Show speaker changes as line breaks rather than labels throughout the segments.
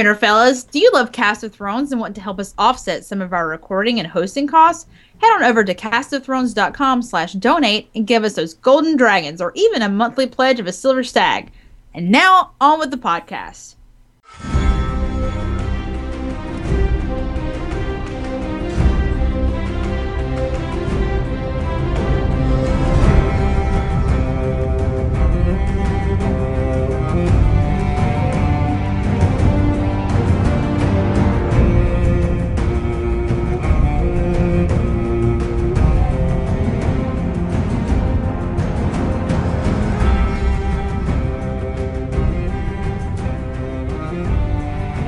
Winterfellas, do you love Cast of Thrones and want to help us offset some of our recording and hosting costs? Head on over to castofthrones.com slash donate and give us those golden dragons or even a monthly pledge of a silver stag. And now, on with the podcast.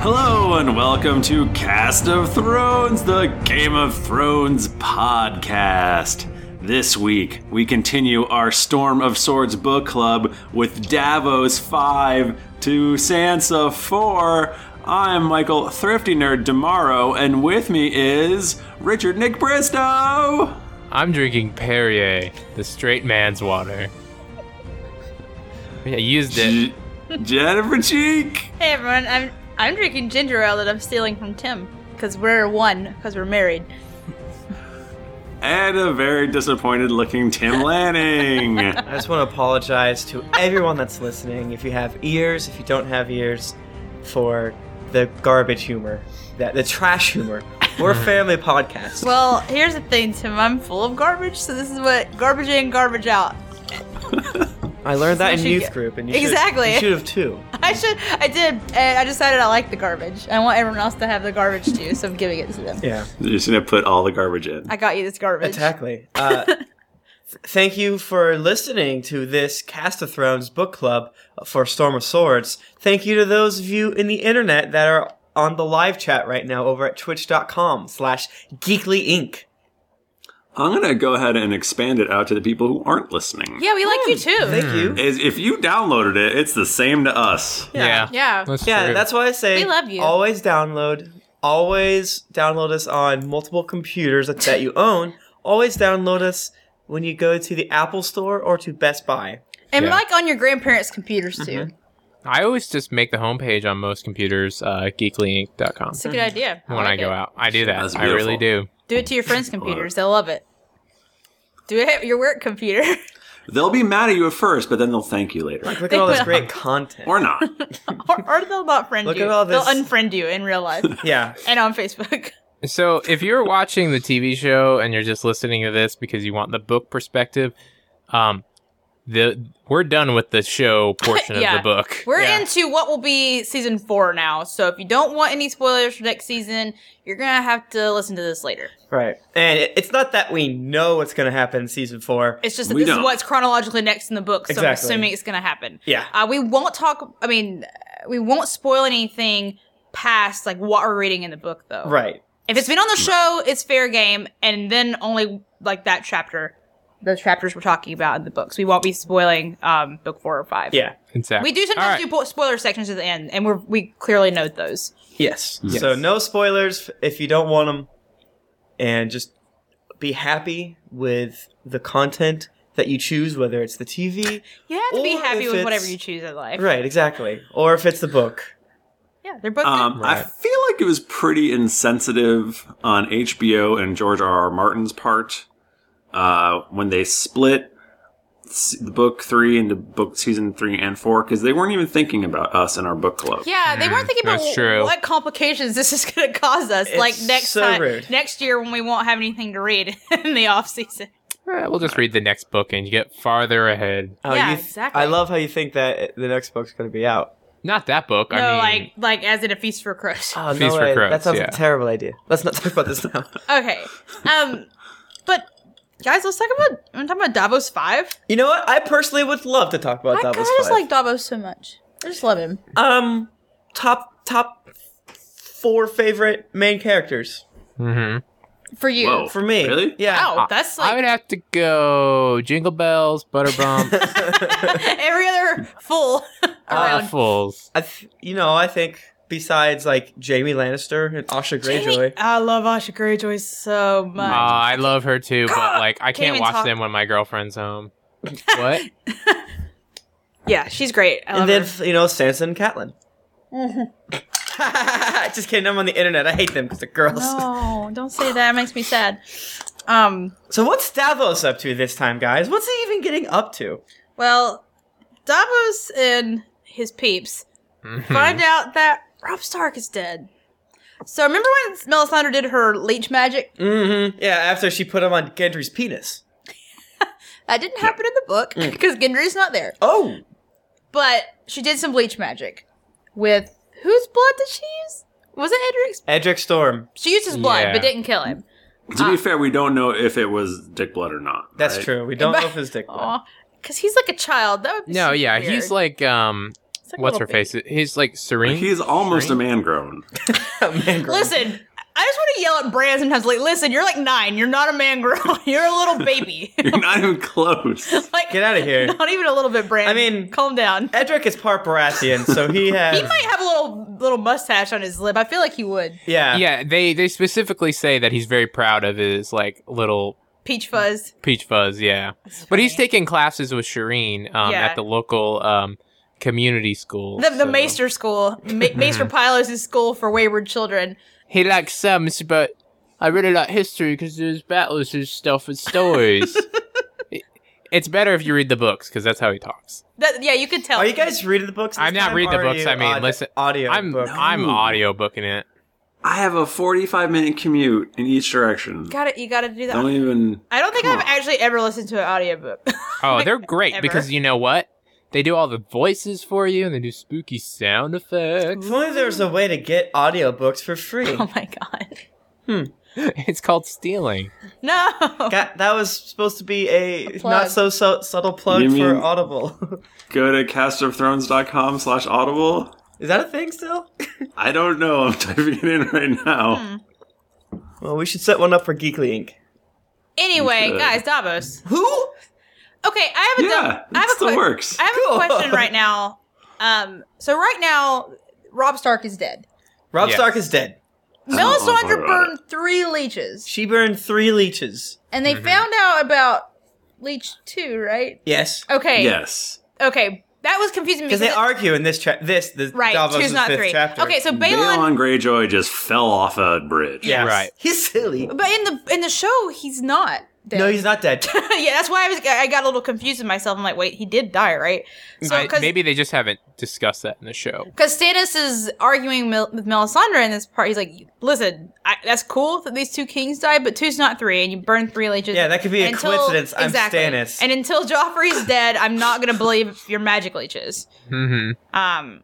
Hello and welcome to Cast of Thrones, the Game of Thrones podcast. This week, we continue our Storm of Swords book club with Davos 5 to Sansa 4. I'm Michael Thrifty Nerd Demaro, and with me is Richard Nick Bristow.
I'm drinking Perrier, the straight man's water. I mean, I used it.
J- Jennifer Cheek.
Hey everyone, I'm I'm drinking ginger ale that I'm stealing from Tim because we're one because we're married.
And a very disappointed looking Tim Lanning.
I just want to apologize to everyone that's listening. If you have ears, if you don't have ears, for the garbage humor, that the trash humor. We're a family podcast.
Well, here's the thing, Tim. I'm full of garbage, so this is what garbage in, garbage out.
I learned that in
should
youth
get-
group, and you should-
Exactly.
you should have too.
I should. I did. And I decided I like the garbage. I want everyone else to have the garbage too, so I'm giving it to them.
Yeah,
Just gonna put all the garbage in.
I got you this garbage.
exactly. Uh, th- thank you for listening to this Cast of Thrones book club for Storm of Swords. Thank you to those of you in the internet that are on the live chat right now over at Twitch.com/slash Geekly Inc.
I'm gonna go ahead and expand it out to the people who aren't listening.
Yeah, we like you too.
Thank you.
Is if you downloaded it, it's the same to us.
Yeah.
yeah.
That's
Yeah,
true.
that's why I say
We love you.
always download. Always download us on multiple computers that, that you own. Always download us when you go to the Apple Store or to Best Buy.
and
Yeah.
like on your grandparents' computers too.
I always just make the homepage on most computers uh, geeklyinc.com
It's a good idea.
when I
like
go
it.
out. I do that.
That's
I really do.
do it to your friends' computers. They'll love it. Do it at your work computer.
They'll be mad at you at first, but then they'll thank you later.
Look at all this
will.
great content.
Or not.
or, or they'll not friend
Look
you.
at all
They'll
this-
unfriend you in real life
Yeah,
and on Facebook.
So, if you're watching the TV show and you're just listening to this because you want the book perspective, um, the we're done with the show portion
Yeah.
of the book.
We're
Yeah.
into what will be season four now. So if you don't want any spoilers for next season, you're gonna have to listen to this later.
right. And it, it's not that we know what's going to happen in season four.
It's just that
We
this is
don't.
what's chronologically next in the book, so I'm
Exactly.
assuming it's gonna happen.
Yeah.
Uh, we won't talk. I mean, uh, we won't spoil anything past like what we're reading in the book, though.
Right.
If it's been on the show, it's fair game, and then only like that chapter, the chapters we're talking about in the books. We won't be spoiling um, book four or five.
Yeah.
Exactly.
We do
All
sometimes
right.
do po- spoiler sections at the end, and we're, we clearly note those.
Yes. So no spoilers if you don't want them, and just be happy with the content that you choose, whether it's the TV.
You have to be
Or
happy
if
with whatever
it's-
you choose in life.
Right. Exactly. Or if it's the book.
Yeah, they're both
Um, I
Right.
feel like it was pretty insensitive on HBO and George R. R. Martin's part uh, when they split s- the book three into book season three and four because they weren't even thinking about us in our book club.
good. Yeah, they weren't thinking about
mm, that's true.
what complications this is going to cause us. like
It's
next
so
time,
rude.
next year when we won't have anything to read in the off season.
Uh, we'll just read the next book and you get farther ahead.
Oh,
Yeah,
you th-
exactly.
I love how you think that the next book's going to be out.
Not that book.
No,
I mean,
like like as in a feast for crows.
Oh,
Feast for
way.
Crows,
That sounds
yeah.
like a terrible idea. Let's not talk about this now.
Okay, um, but guys, let's talk about. I'm talking about Davos Five.
you know what? I personally would love to talk about
I,
that.
God, I just like Davos so much. I just love him.
um top top four favorite main characters
mhm.
For you,
Whoa.
for me.
Really?
Yeah.
wow, that's
I
like
would have to go Jingle Bells, Butterbump,
every other fool around.
Ruffles.
I th- you know, I think besides like Jamie Lannister and Asha Greyjoy.
I love Asha Greyjoy so much.
Uh, I love her too, but like I can't
even
watch
talk.
them when my girlfriend's home. what?
yeah, she's great. I love
And then
her.
you know Sansa and Catelyn. Just kidding. I'm on the internet. I hate them because they're girls.
Mm-hmm. No, don't say that. It makes me sad. Um,
So what's Davos up to this time, guys? What's he even getting up to?
well, Davos and his peeps
Mm-hmm.
find out that Rob Stark is dead. So remember when Melisandre did her leech magic?
Mm-hmm. Yeah, after she put him on Gendry's penis.
That didn't happen in the book
Mm.
because Gendry's not there.
Oh,
But she did some leech magic with whose blood did she use? Was it Edric's?
Edric Storm.
She used his blood,
Yeah. Mm.
but didn't kill him.
To be fair, we don't know if it was Dick Blood or not.
That's
right?
true. We don't know if his dick. went.
because he's like a child. That would be
No,
super
yeah,
weird.
he's like um,
It's like a
what's
little
her
baby.
face? He's like serene.
He's almost a man grown.
Man, girl.
Listen, I just want to yell at Bran sometimes. Like, listen, you're like nine. You're not a man grown. You're a little baby.
You're not even close.
like,
Get out of here.
Not even a little bit, Bran.
I mean-
calm down.
Edric is part Baratheon, so he has.
He might have a little little mustache on his lip. I feel like he would.
yeah.
yeah, they they specifically say that he's very proud of his like little
Peach fuzz.
peach fuzz. Yeah, but he's taking classes with Shireen um,
Yeah.
at the local um, community school.
The, the
so-
Maester school, Ma- Maester Pylos' school for wayward children.
He likes sums, but I really like history because there's battles, there's stuff, and stories. It- it's better if you read the books because that's how he talks.
That, yeah, you could tell.
Are you guys reading the books? this
I'm not
time,
reading the
or are
books,
you
I mean,
aud-
listen,
Audio.
I'm
book?
I'm
No.
audiobooking it.
I have a 45 minute commute in each direction.
Got it. You got to do that.
Don't even.
I don't think
Come
I've
on.
actually ever listened to an audiobook.
Oh, they're great
Ever.
because you know what? They do all the voices for you and they do spooky sound effects.
If only there was a way to get audiobooks for free.
oh my god.
It's called stealing.
No.
Ga- that was supposed to be a,
plug.
not so, so subtle plug
You
for
mean-
Audible.
Go to castofthrones.com slash audible.
Is that a thing still?
I don't know. I'm typing it in right
Hmm.
now.
Well, we should set one up for Geekly Inc.
Anyway,
should.
guys, Davos.
Who?
Okay, I have a dumb-
Yeah,
I
it
have a
still
que-
works.
I have
Cool.
a question right now. Um, so right now, Rob Stark is dead.
Rob
Yes.
Stark is dead.
don't know
Melisandre
about
burned three leeches,
She burned three leeches.
and they found out about leech two, right?
Yes.
Okay.
Yes.
Okay, that was confusing me
Because they
it-
argue in this chapter. This, the
right.
Davos'
two's not
fifth
three.
chapter.
Okay, so Balon
Balon Greyjoy just fell off a bridge.
Yes.
Right.
He's silly.
But in the in the show, he's not. Dead.
No, he's not dead.
yeah, that's why I was. I got a little confused with myself. I'm like, wait, he did die, right? So
I-
because
maybe they just haven't discussed that in the show.
Stannis is arguing Mel- with Melisandre in this part. He's like, listen, I, that's cool that these two kings died, but two's not three, and you burn three leeches.
Yeah, that could be a coincidence. I'm Stannis.
and until Joffrey's dead, I'm not gonna believe your magic leeches.
hmm
Um,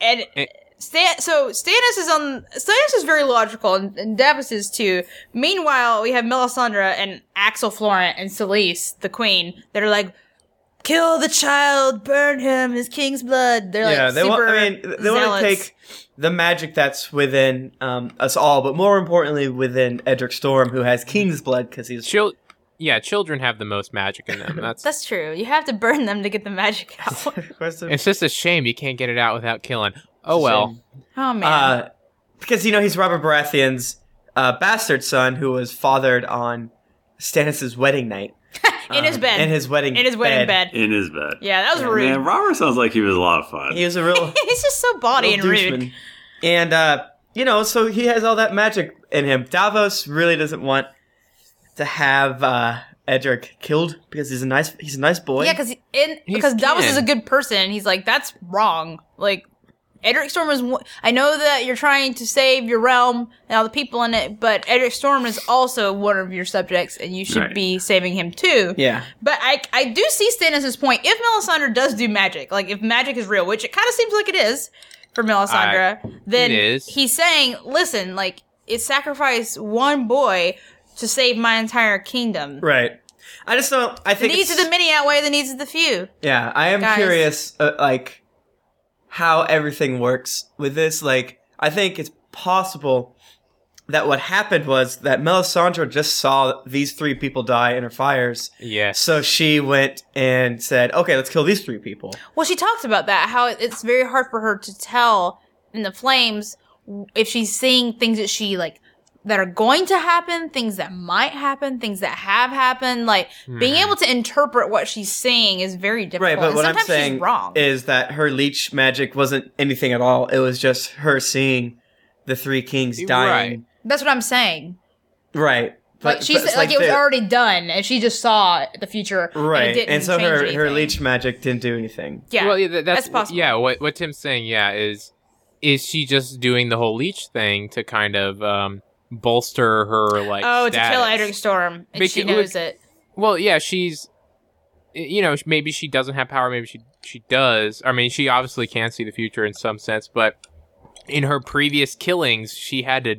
and
Eh.
Stan- so Stannis is on. Stannis is very logical, and, and Davos is too. Meanwhile, we have Melisandre and Axel Florent and Selyse, the queen, that are like, "Kill the child, burn him, his king's blood." They're
yeah,
like
they
super
want. I mean, they want
zealots.
to take the magic that's within um, us all, but more importantly, within Edric Storm, who has King's blood because he's
Chil- yeah, children have the most magic in them. That's
That's true. You have to burn them to get the magic out.
Where's the-
it's just a shame you can't get it out without killing. Oh well.
oh man.
uh, because you know he's Robert Baratheon's uh, bastard son, who was fathered on Stannis's wedding night
in his
Um,
bed.
in his wedding
in his wedding bed.
In his bed.
Yeah, that was rude.
Man, Robert sounds like he was a lot of fun.
He was a real
He's just so bawdy and
Little
rude.
doucheman. And uh, you know, so he has all that magic in him. Davos really doesn't want to have uh, Edric killed because he's a nice he's a nice boy.
Yeah, because in
He's
because Davos
kin.
is a good person. and He's like, that's wrong. Like, Edric Storm is. one- I know that you're trying to save your realm and all the people in it, but Edric Storm is also one of your subjects, and you should
Right.
be saving him too.
yeah.
But I, I do see Stannis' point. If Melisandre does do magic, like if magic is real, which it kind of seems like it is for Melisandre, then
it is.
he's saying, listen, like it sacrificed one boy to save my entire kingdom.
Right. I just don't. I
The
think
needs of
it's-
the many outweigh the needs of the few.
Yeah, I am
Guys.
curious, uh, like, how everything works with this. Like, I think it's possible that what happened was that Melisandre just saw these three people die in her fires.
Yes.
So she went and said, okay, let's kill these three people.
Well, she talks about that how it- it's very hard for her to tell in the flames if she's seeing things that she like that are going to happen, things that might happen, things that have happened. Like being able to interpret what she's saying is very difficult.
Mm-hmm. Right, but
And
what I'm
sometimes
saying
she's wrong.
is that her leech magic wasn't anything at all. It was just her seeing the three kings dying.
That's what I'm saying.
Right.
like she's like, it was
the-
already done, and she just saw the future. and, it
right,
didn't
and so
change
her her
anything.
leech magic didn't do anything.
Yeah,
Well, yeah, that- that's,
that's possible.
Yeah, what what Tim's saying, yeah, is is she just doing the whole leech thing to kind of um, bolster her like?
oh, to kill
status?
Edric Storm, and
Because-
she knows it.
Well, yeah, she's you know maybe she doesn't have power, maybe she she does. I mean, she obviously can see the future in some sense, but in her previous killings, she had to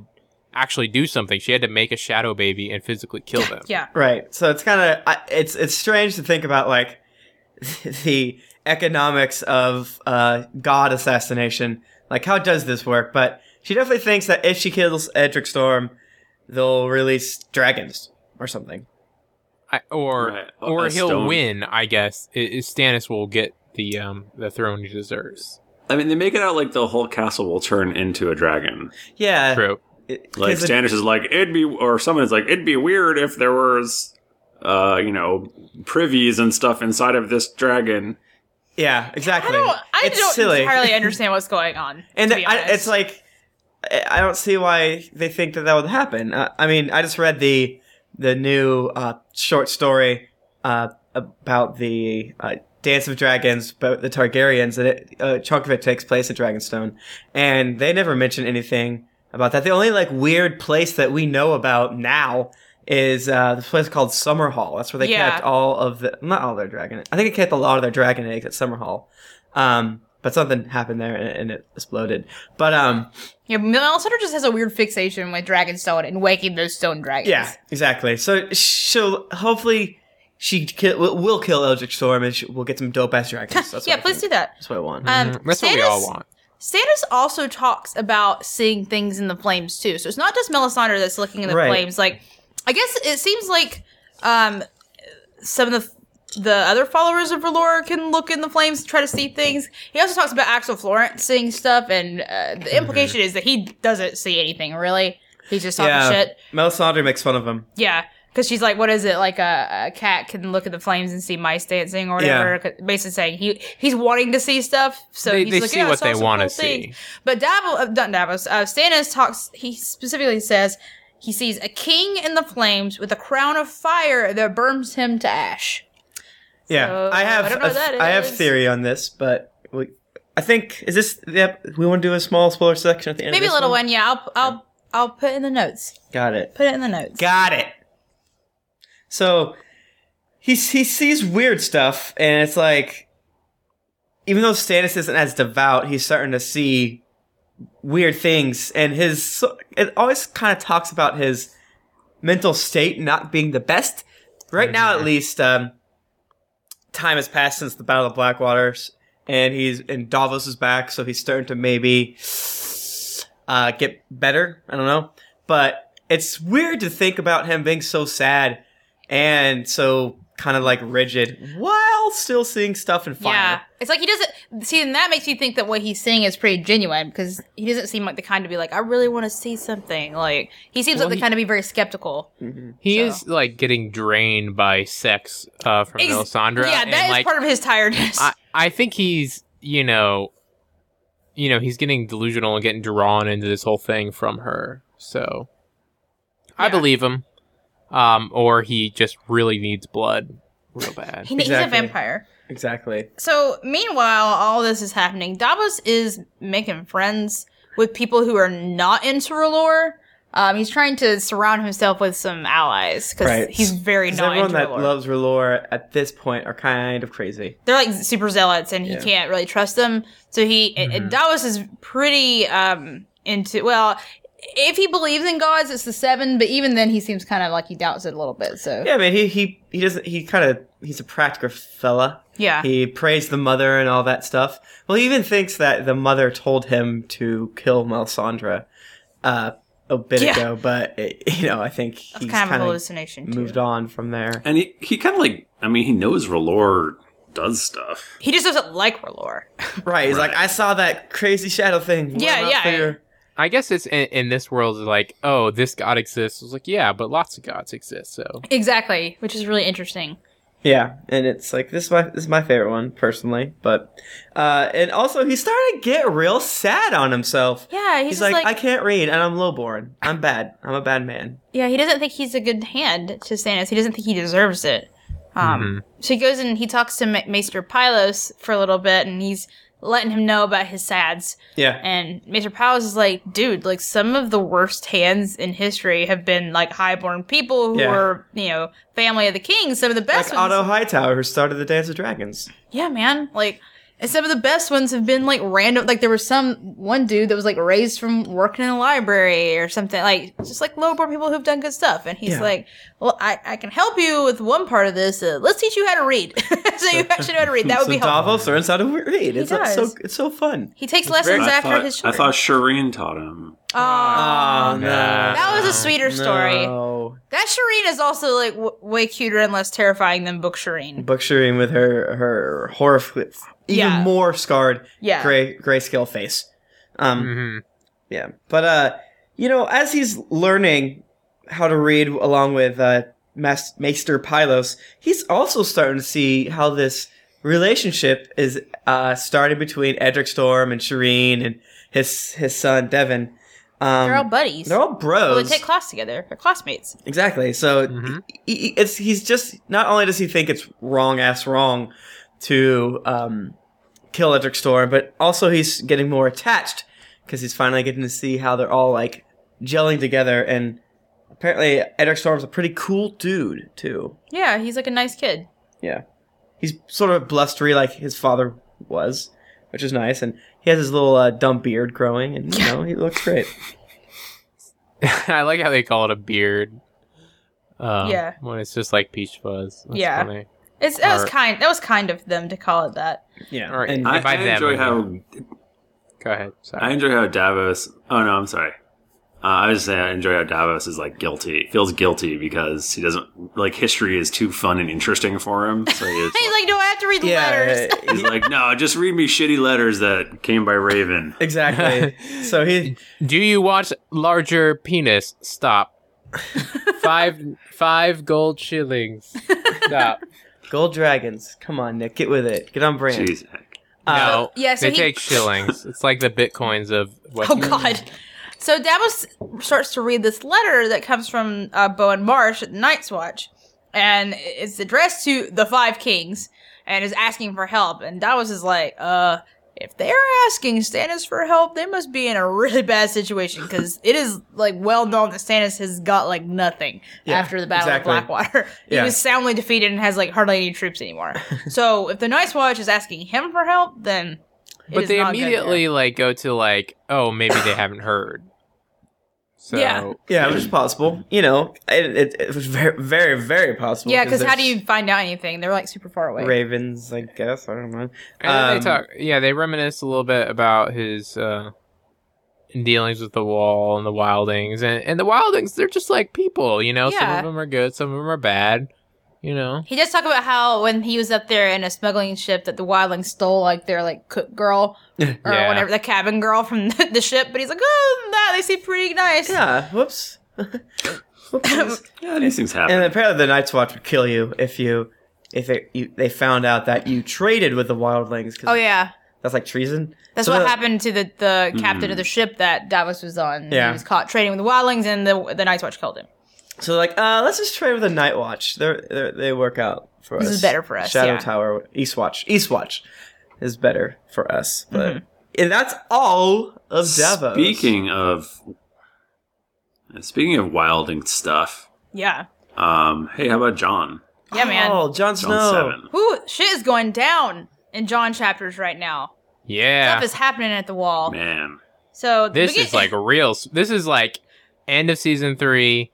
actually do something. She had to make a shadow baby and physically kill them.
Yeah,
Right. So it's kind of it's it's strange to think about like the economics of uh, god assassination. Like how does this work? But she definitely thinks that if she kills Edric Storm, they'll release dragons or something.
I, or
Right.
or
A
he'll
stone.
win, I guess. I- I- Stannis will get the um the throne he deserves.
I mean, they make it out like the whole castle will turn into a dragon. Eh.
Yeah.
True.
it-
Like
'cause it-
Stannis is like, it'd be, or someone is like, it'd be weird if there was, uh, you know, privies and stuff inside of this dragon.
yeah,
I
exactly.
don't. I
it's
don't
silly.
entirely understand what's going on.
and
to be
I,
honest.
it's like I I don't see why they think that that would happen. Uh, I mean, I just read the the new uh, short story uh, about the uh, Dance of Dragons about the Targaryens, and it, a chunk of it takes place at Dragonstone, and they never mention anything about that. The only like weird place that we know about now is uh, this place called Summer Hall. That's where they
Yeah.
kept all of the not all their dragon. I think they kept a lot of their dragon eggs at Summer Hall. Um, but something happened there and, and it exploded. But um,
yeah, Melisandre just has a weird fixation with Dragonstone and waking those stone dragons.
yeah, exactly. So she'll hopefully she kill, will- will kill Eldritch Storm and she, we'll get some dope ass dragons. That's
yeah.
what I
Please
think.
do that.
That's what I want.
Um,
Mhm. That's what we all
Stannis-
want.
Stannis also talks about seeing things in the flames too. So it's not just Melisandre that's looking in the
Right.
flames. Like, I guess it seems like um, some of the the other followers of Valor can look in the flames, try to see things. He also talks about Axel Florence seeing stuff, and uh,
Mm-hmm.
the implication is that he doesn't see anything really. He's just talking
Yeah.
shit.
Melisandre makes fun of him.
Yeah. Because she's like, what is it? Like a, a cat can look at the flames and see mice dancing or whatever. Basically saying he he's wanting to see stuff. So
they
he's
they
like,
see
"Yeah, I
what
saw
they
some
want
cool
to
things."
see.
But Davos, uh, not Davos, uh, Stannis talks, he specifically says he sees a king in the flames with a crown of fire that burns him to ash.
Yeah,
So,
I have
I
I,
don't know what that
I have
is.
theory on this, but we, I think is this yep, we want to do a small spoiler section at the end.
Maybe a
of this
little
one.
one, yeah. I'll, I'll, I'll put it in the notes.
Got it.
Put it in the notes.
Got it. So he he sees weird stuff, and it's like, even though Stannis isn't as devout, he's starting to see weird things, and his it always kind of talks about his mental state not being the best right now, at least. Um, time has passed since the Battle of Blackwaters, and he's and Davos is back, so he's starting to maybe uh, get better. I don't know, but it's weird to think about him being so sad and so kind of like rigid while still seeing stuff in fire.
Yeah. It's like he doesn't, see, and that makes you think that what he's saying is pretty genuine because he doesn't seem like the kind to be like, I really want to see something. Like, he seems
Well,
like the
he-
kind to be very skeptical.
He
So-
is like getting drained by sex uh, from
Ex-
Melisandre.
yeah,
and,
that is
like,
part of his tiredness.
I, I think he's you know, you know he's getting delusional and getting drawn into this whole thing from her. So I
Yeah.
believe him. Um, or he just really needs blood real bad.
He- He's a
Exactly.
vampire.
Exactly.
So, meanwhile, all this is happening. Davos is making friends with people who are not into R'hllor. Um, he's trying to surround himself with some allies because
Right.
he's very
'Cause
not
everyone
into
that
R'hllor.
loves R'hllor at this point are kind of crazy.
They're like super zealots, and he
Yeah. Mm-hmm.
can't really trust them. So he and- and Davos is pretty um, into well. If he believes in gods, it's the seven. But even then, he seems kind of like he doubts it a little bit. So
Yeah, man. He he he doesn't. He kind of he's a practical fella.
yeah,
He praised the mother and all that stuff. Well, he even thinks that the mother told him to kill Melisandre uh, a bit
Yeah.
ago, but it, you know, I think
that's
he's
kind of a
kind of
hallucination. Too.
moved on from there.
And he, he kind of like, I mean, he knows R'hllor does stuff.
He just doesn't like R'hllor.
Right? He's like,
Right.
I saw that crazy shadow thing.
Yeah, yeah.
Figure.
I guess it's in, in this world is like, oh, this god exists. It's like, yeah, but lots of gods exist. So
Exactly, which is really interesting.
Yeah, and it's like this is my this is my favorite one personally, but uh, and also he started to get real sad on himself.
Yeah, he's,
He's,
just
like,
like,
I can't read, and I'm lowborn. I'm bad. I'm a bad man.
yeah, he doesn't think he's a good hand to Stannis. He doesn't think he deserves it. Um,
Mm-hmm.
So he goes and he talks to Ma- Maester Pylos for a little bit, and he's letting him know about his sads.
Yeah,
And Maester Pylos is like, dude, like some of the worst hands in history have been like highborn people who
Yeah.
were, you know, family of the king. Some of the best
like
ones.
Otto Hightower who started the Dance of Dragons.
Yeah, man. Like, and some of the best ones have been like random. Like, there was some one dude that was like raised from working in a library or something. Like, just like lowborn people who've done good stuff. And he's
Yeah.
like, "Well, I, I can help you with one part of this. Uh, let's teach you how to read, so you actually know how to read. That would
so
be helpful."
Davos learns how to read. It's uh, so
does.
it's so fun.
He takes lessons
I
after
thought,
his
I
children.
thought Shireen taught him.
Oh, no.
that was a sweeter story.
No.
That Shireen is also like w- way cuter and less terrifying than Book Shireen.
Bookshireen with her her horror even
Yeah.
more scarred
Yeah.
gray grayscale face. Um,
Mhm.
yeah, but uh, you know, as he's learning how to read along with uh, Mas- Maester Pylos, he's also starting to see how this relationship is uh starting between Edric Storm and Shireen and his his son Devin. Um,
They're all buddies.
they're all
Well, they
bros.
take class together. They're classmates.
Exactly. So
Mhm.
he- he- it's he's just not only does he think it's wrong ass wrong to um, kill Edric Storm, but also he's getting more attached because he's finally getting to see how they're all like gelling together. And apparently, Edric Storm's a pretty cool dude too.
Yeah, he's like a nice kid.
Yeah, he's sort of blustery like his father was, which is nice. And he has his little uh, dumb beard growing, and you know he looks great.
I like how they call it a beard. Um,
Yeah.
when it's just like peach fuzz. That's
Yeah.
funny.
It's that
Or-
was kind. That was kind of them to call it that.
Yeah,
All right.
and
I,
by
I
them, I
enjoy how
mean. Go ahead. Sorry.
I enjoy how Davos. Oh no, I'm sorry. Uh, I was just saying I enjoy how Davos is like guilty, feels guilty because he doesn't like history is too fun and interesting for him. So he is,
He's like, no, I have to read the letters.
yeah,
he's like, no, just read me shitty letters that came by Raven.
Exactly. so he
Do you watch larger penis? Stop. five five gold shillings. Stop.
gold dragons. Come on, Nick, get with it. Get on brand.
Jeez.
Uh,
no.
yeah, so
they
he-
take shillings. It's like the bitcoins of what
Oh God. So Davos starts to read this letter that comes from uh, Bowen Marsh at the Night's Watch, and it's addressed to the Five Kings, and is asking for help. And Davos is like, uh. If they're asking Stannis for help, they must be in a really bad situation because it is like well known that Stannis has got like nothing
Yeah,
after the Battle
exactly.
of Blackwater. he
Yeah.
was soundly defeated and has like hardly any troops anymore. so if the Night's Watch is asking him for help, then it
But
is
they
not good there.
immediately like go to like, oh, maybe they haven't heard. So
Yeah.
yeah, which is possible. You know, it, it, it was very, very, very possible.
Yeah, because how do
there's
you find out anything? They're like super far away.
Ravens, I guess. I don't know.
And then
Um,
they talk yeah, they reminisce a little bit about his uh dealings with the wall and the wildings and, and the wildings they're just like people, you know. Some
Yeah.
of them are good, some of them are bad, you know.
He does talk about how when he was up there in a smuggling ship that the wildlings stole like their like cook girl or
Yeah.
whatever the cabin girl from the, the ship, but he's like, oh, that they seem pretty nice.
Yeah. Whoops. Whoopsies.
Yeah, these things happen.
and apparently, the Night's Watch would kill you if you if they you, they found out that you traded with the Wildlings. 'cause
Oh yeah,
that's like treason.
that's
So
what
the-
happened to the, the captain of the ship that Davos was on.
Yeah.
he was caught trading with the wildlings, and the the Night's Watch killed him.
So like, uh, let's just trade with the Night Watch. They're, they're they work out for us.
This is better for us,
Shadow
yeah.
Tower, East Watch, East Watch is better for us. But
Mm-hmm.
and that's all of Davos.
Speaking of, speaking of wilding stuff.
Yeah,
Um, hey, how about John?
yeah, man.
Oh,
John
Jon Snow.
Seven.
Ooh, shit is going down in John chapters right now.
Yeah.
Stuff is happening at the wall.
Man,
So the
This
begin-
is like real. This is like end of season three,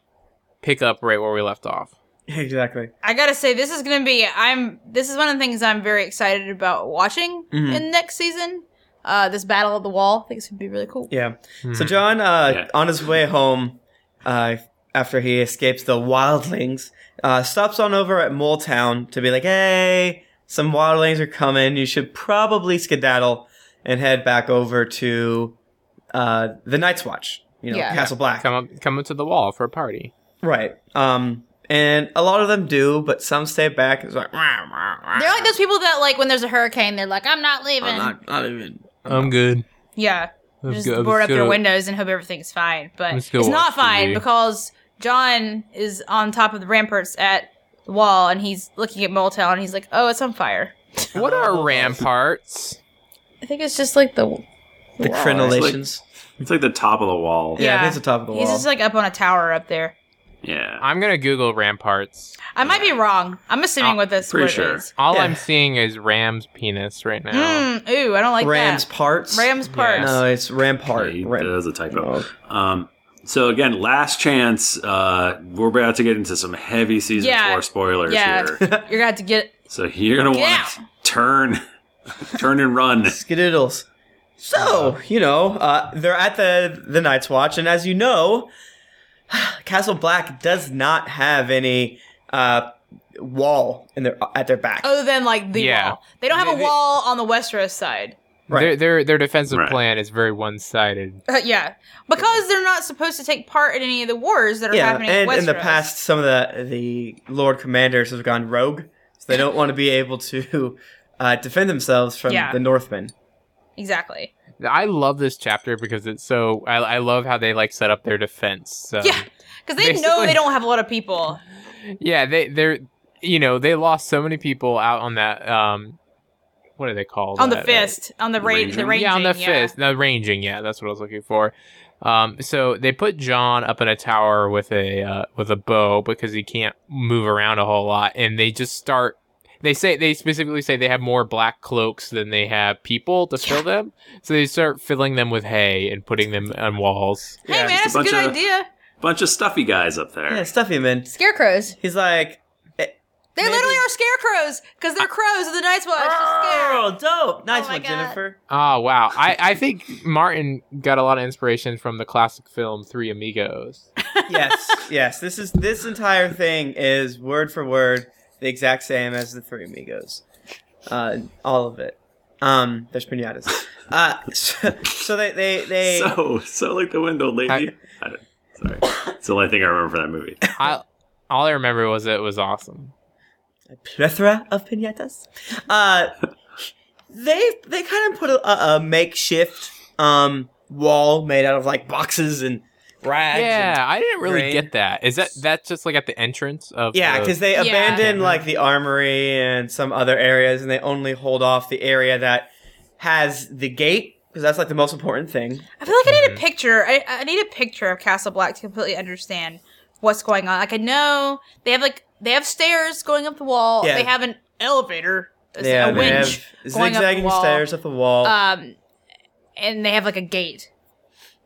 pick up right where we left off.
Exactly.
I gotta say, this is gonna be. I'm. This is one of the things I'm very excited about watching
Mm-hmm.
Mhm.
in next season. Uh, this battle of the wall. I think this would be really cool.
Yeah. So
Mhm.
John, uh,
Yeah.
on his way home, uh, after he escapes the wildlings, uh, stops on over at Mole Town to be like, "Hey, some wildlings are coming. You should probably skedaddle and head back over to uh, the Night's Watch, you know,
Yeah.
Castle Black.
Come up, come up to the wall for a party.
Right. Um, and a lot of them do, but some stay back. It's like, "Meow, meow, meow."
They're like those people that like when there's a hurricane, they're like, "I'm not leaving."
I'm Oh, not, not even.
I'm good.
yeah, just board up their windows and hope everything's fine. But
Let's
it's
go
not
watch
fine
TV.
because John is on top of the ramparts at the wall, and he's looking at Motel, and he's like, "Oh, it's on fire."
What are ramparts?
I think it's just like the
The
wall.
crenelations.
It's like the top of the wall.
yeah,
Yeah.
it is the top of the
He's
wall.
just like up on a tower up there.
Yeah.
I'm gonna Google ramparts.
I might be wrong. I'm assuming
Uh,
I'm
what this
pretty
word
sure.
is.
All
Yeah.
I'm seeing is Ram's penis right now.
Mm, ooh, I don't like
Rams
that.
parts.
Rams parts.
No, it's rampart.
Yeah,
Ram-
That was a typo. Um, so again, last chance. Uh, we're about to get into some heavy season
Yeah.
four spoilers
Yeah.
here.
You're gonna have to get
So you're gonna
Get
want to turn, turn and run.
Skididdles. So you know uh, they're at the the Night's Watch, and as you know, Castle Black does not have any uh, wall in their at their back.
other than oh, like the
Yeah.
wall. They don't have
They-
a
they-
wall on the Westeros side.
right.
Their their their defensive
Right.
plan is very one sided.
Uh, yeah, because they're not supposed to take part in any of the wars that are
yeah,
happening. in
and
Westeros.
in the past, some of the the Lord Commanders have gone rogue, so they don't want to be able to uh, defend themselves from
Yeah.
the Northmen.
exactly.
I love this chapter because it's so. I, I love how they like set up their defense. So.
Yeah, because they know
basically-
they don't have a lot of people.
Yeah, they they're you know they lost so many people out on that um, what are they called
on the
That, uh,
fist, on the raid,
ranging?
the ranging.
yeah, on the
yeah.
fist, the ranging. Yeah, that's what I was looking for. Um, so they put John up in a tower with a uh, with a bow because he can't move around a whole lot, and they just start. They say they specifically say they have more black cloaks than they have people to fill them, so they start filling them with hay and putting them on walls.
Hey man, that's
just a
a good
bunch of-
idea.
Bunch of stuffy guys up there.
Yeah, stuff him in.
Scarecrows.
He's like,
They
Maybe-
literally are scarecrows because they're
Ah.
crows of the Night's Watch. They're scared.
"Oh, dope, nice
Oh
one,
my God.
Jennifer."
Ah, wow. I, I think Martin got a lot of inspiration from the classic film Three Amigos.
yes, yes. This is this entire thing is word for word the exact same as the Three Amigos, uh, all of it. Um, there's pinatas. Uh, so, so they they they.
So so like the window lady. I don't, sorry, it's the only thing I remember from that movie.
I, all I remember was it was awesome.
a plethora of pinatas. Uh, they they kind of put a, a- a makeshift um, wall made out of like boxes and rags.
Yeah, I didn't really
grain.
get that. Is that that's just like at the entrance of?
And, yeah,
the-
because they
Yeah.
abandon like the armory and some other areas, and they only hold off the area that has the gate because that's like the most important thing.
I feel like I
Mm-hmm.
need a picture. I, I need a picture of Castle Black to completely understand what's going on. Like I know they have like they have stairs going up the wall.
Yeah.
They have an elevator, a
yeah, they
winch
have
going up the
zigzagging
wall.
stairs up the wall.
Um, and they have like a gate,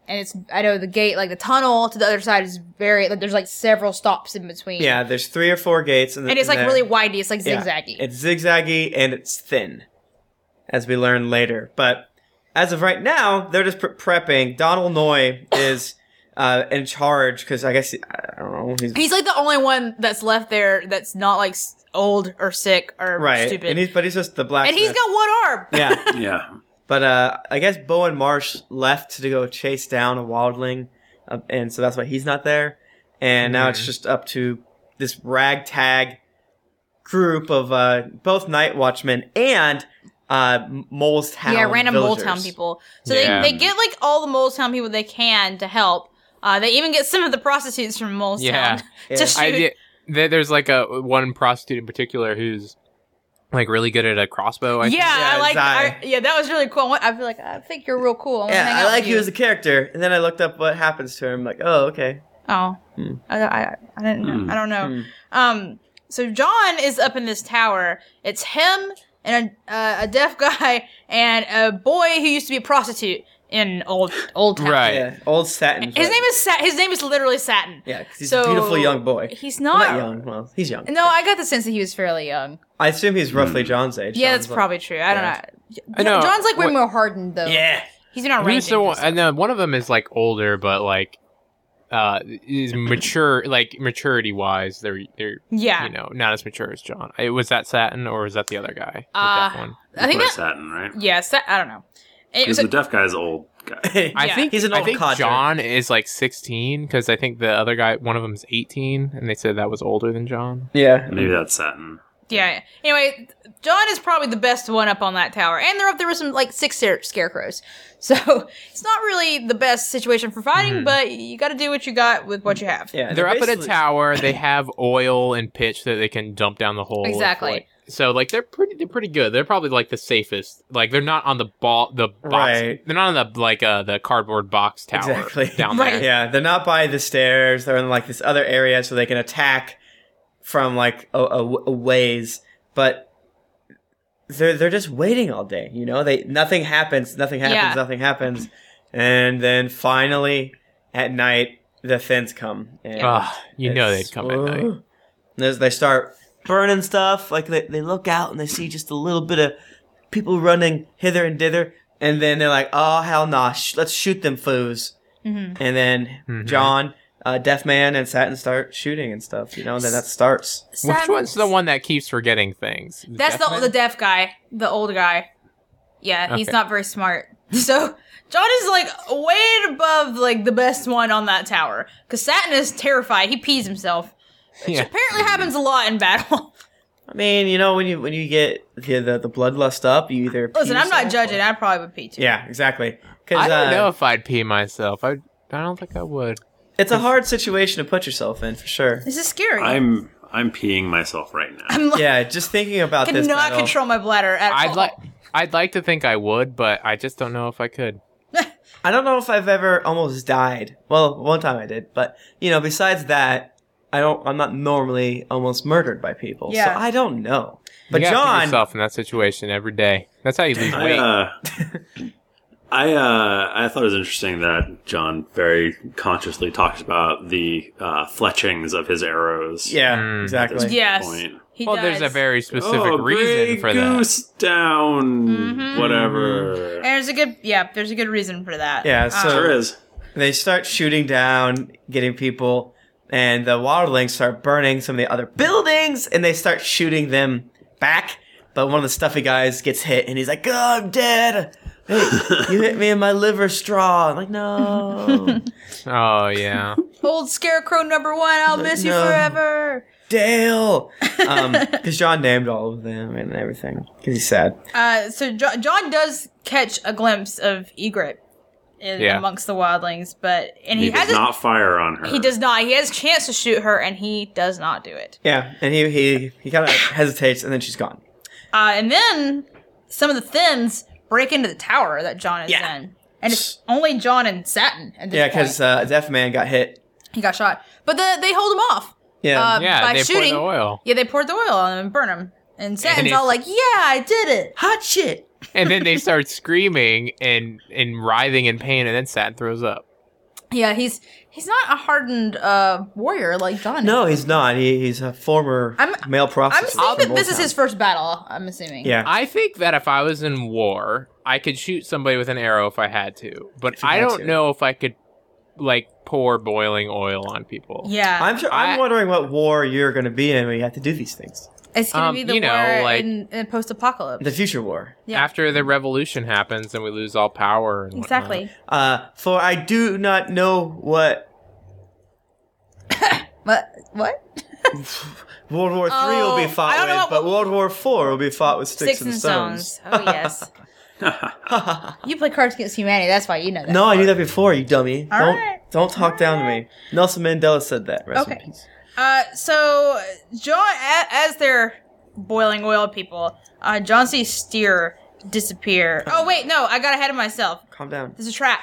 and it's I know the gate like the tunnel to the other side is very like there's like several stops in between.
yeah, there's three or four gates, and,
and it's like
there.
really windy. It's like
Yeah.
zigzaggy.
It's zigzaggy and it's thin, as we learn later. But as of right now, they're just pre- prepping. Donald Noy is uh, in charge because I guess I don't know he's,
He's like the only one that's left there that's not like s- old or sick or
right,
stupid.
and he's but he's just the black.
and he's got one arm.
yeah.
Yeah,
But uh, I guess Bowen Marsh left to go chase down a wildling, uh, and so that's why he's not there. And now it's just up to this ragtag group of uh, both night watchmen and uh, Mole's Town.
yeah, random mole
villagers.
town people. So
Yeah.
they, they get like all the mole town people they can to help. Uh, they even get some of the prostitutes from mole
Yeah.
town
Yeah.
to shoot.
I did, there- there's like a one prostitute in particular who's like really good at a crossbow. I
yeah,
think.
I
Yeah,
like.
Zai.
I, yeah, that was really cool. I want- I feel like I think you're real cool. I wanna hang
Yeah, I
out
like
with
you as a character. And then I looked up what happens to him. Like, oh, okay.
Oh,
Hmm.
I, I, I didn't know.
Hmm.
I don't know. Um, so John is up in this tower. It's him and a, uh, a deaf guy and a boy who used to be a prostitute in old old town.
Right.
Yeah, old satin.
His name is Sat- his name is literally Satin.
Yeah, 'cause he's
So-
a beautiful young boy.
He's
Well,
not,
not young. Well, he's young.
No, I got the sense that he was fairly young.
I assume he's roughly John's age.
yeah,
John's
that's probably true. I don't
yeah.
know.
I know.
John's like way
What-
more hardened though.
Like, yeah.
He's not
Who's
ranging.
the one?
this.
And then one of them is like older, but like uh is mature like maturity wise they're they're
yeah.
you know not as mature as john It- was that satin or was that the other guy With
Uh,
that one
I think
Nicola
that
satin, right?
Yes, that, I don't know. And it
He's
was
the
like,
deaf guy's old guy.
I
Yeah.
think
He's an
I
old
think
codger.
John is like 16 because I think the other guy, one of them is 18, and they said that was older than John.
Yeah.
Maybe that's satin.
yeah. Anyway, John is probably the best one up on that tower, and they're up there with some like six scare- scarecrows. So it's not really the best situation for fighting,
Mm-hmm.
but you got to do what you got with what you have.
Yeah.
They're up in a
basically-
tower. They have oil and pitch that they can dump down the hole. if,
Exactly.
like- so like they're pretty they're pretty good. They're probably like the safest. Like they're not on the ball the box.
Right.
They're not on the like uh the cardboard box tower
Exactly.
down
Right.
there.
Yeah, they're not by the stairs. They're in like this other area, so they can attack from like a, a, a ways. But they're they're just waiting all day. You know, they nothing happens, nothing happens,
Yeah.
nothing happens, and then finally at night the fins come. And
Ugh, you know
it's-
they'd come at night.
And as they start burning stuff, like they, they look out and they see just a little bit of people running hither and thither, and then they're like, "Oh hell nah, sh- let's shoot them foos."
Mhm.
And then
Mhm.
John, uh, Deaf Man, and Satin start shooting and stuff. You know, and then that starts.
Which
Sam-
one's the one that keeps forgetting things?
That's the
Deafman?
the deaf guy, the old guy. Yeah, he's
Okay.
not very smart. So John is like way above like the best one on that tower because Satin is terrified. He pees himself, which
Yeah.
apparently happens a lot in battle.
I mean, you know, when you when you get the the, the bloodlust up, you either
Listen,
pee
I'm not
yourself
judging.
or-
I probably would pee too.
Yeah, exactly.
I
Because
don't know
uh,
if I'd pee myself. I I don't think I would.
it's a hard situation to put yourself in for sure.
This is scary.
I'm I'm peeing myself right now.
I'm like,
Yeah, just thinking about
I
this.
cannot
battle-
control my bladder at all.
I'd like I'd like to think I would, but I just don't know if I could.
I don't know if I've ever almost died. Well, one time I did, but you know, besides that, I don't. I'm not normally almost murdered by people,
Yeah.
so I don't know. But
you gotta put
John,
yourself in that situation every day. That's how you lose
I,
weight.
uh, I, uh, I thought it was interesting that John very consciously talks about the uh, fletchings of his arrows.
yeah,
Mm.
exactly.
That's-
yes.
Point.
He
well,
does.
there's a very specific
oh,
reason
gray
for that. Mm-hmm.
goose down,
Mhm.
whatever.
And there's a good yeah. There's a good reason for that. Uh,
Yeah, so-
Sure is.
They start shooting down, getting people, and the waterlings start burning some of the other buildings, and they start shooting them back. But one of the stuffy guys gets hit, and he's like, "Oh, I'm dead! Hey, you hit me in my liver straw." I'm like, "No,
Oh yeah,
old scarecrow number one. I'll miss you
No.
forever.
Dale," because John named all of them and everything because he's sad.
Uh, so John, John does catch a glimpse of Egret in,
Yeah.
amongst the wildlings, but and
He,
he,
does
has a-
not fire on her.
he does not. He has a chance to shoot her, and he does not do it.
Yeah, and he he he kind of hesitates, and then she's gone.
Uh, and then some of the Thins break into the tower that John is
Yeah.
in, and it's only John and Satin. At this
Yeah, because
point.
uh, Deaf Man got hit.
he got shot, but the, they hold him off.
Yeah,
Uh,
yeah.
By
They
shooting-
pour the oil,
Yeah, they poured the oil on him and burn him. And Satin's
he-
all like, "Yeah, I did it."
hot shit.
and then they start screaming and and writhing in pain, and then Satin throws up.
Yeah, he's he's not a hardened uh, warrior like John.
No,
is.
he's not. He, he's a former
I'm-
male
I'm
prostitute.
assuming
from
that this
Old
is his
Town.
first battle. I'm assuming.
Yeah,
I think that if I was in war, I could shoot somebody with an arrow if I had to, but
you
I
had
don't
to.
know if I could like pour boiling oil on people.
Yeah,
I'm sure. I'm
I-
wondering what war you're going to be in when you have to do these things.
it's gonna
um,
be the
you know,
war
like-
in, in post-apocalypse.
The future war.
Yeah.
After the revolution happens and we lose all power and whatnot.
exactly.
Uh, for I do not know what
What? What?
World War Three will
Oh,
be fought
I don't know
with,
what-
but World War Four will be fought with sticks,
Sticks and
stones.
stones. Oh yes. you play Cards Against Humanity. That's why you know that.
No, I knew that before, you dummy.
All
don't
right.
don't talk down to me. Nelson Mandela said that. Rest
Okay.
in peace.
Uh, so John, a- as they're boiling oil people, uh, John sees Steer disappear. Oh wait, no, I got ahead of myself.
Calm down.
There's a trap.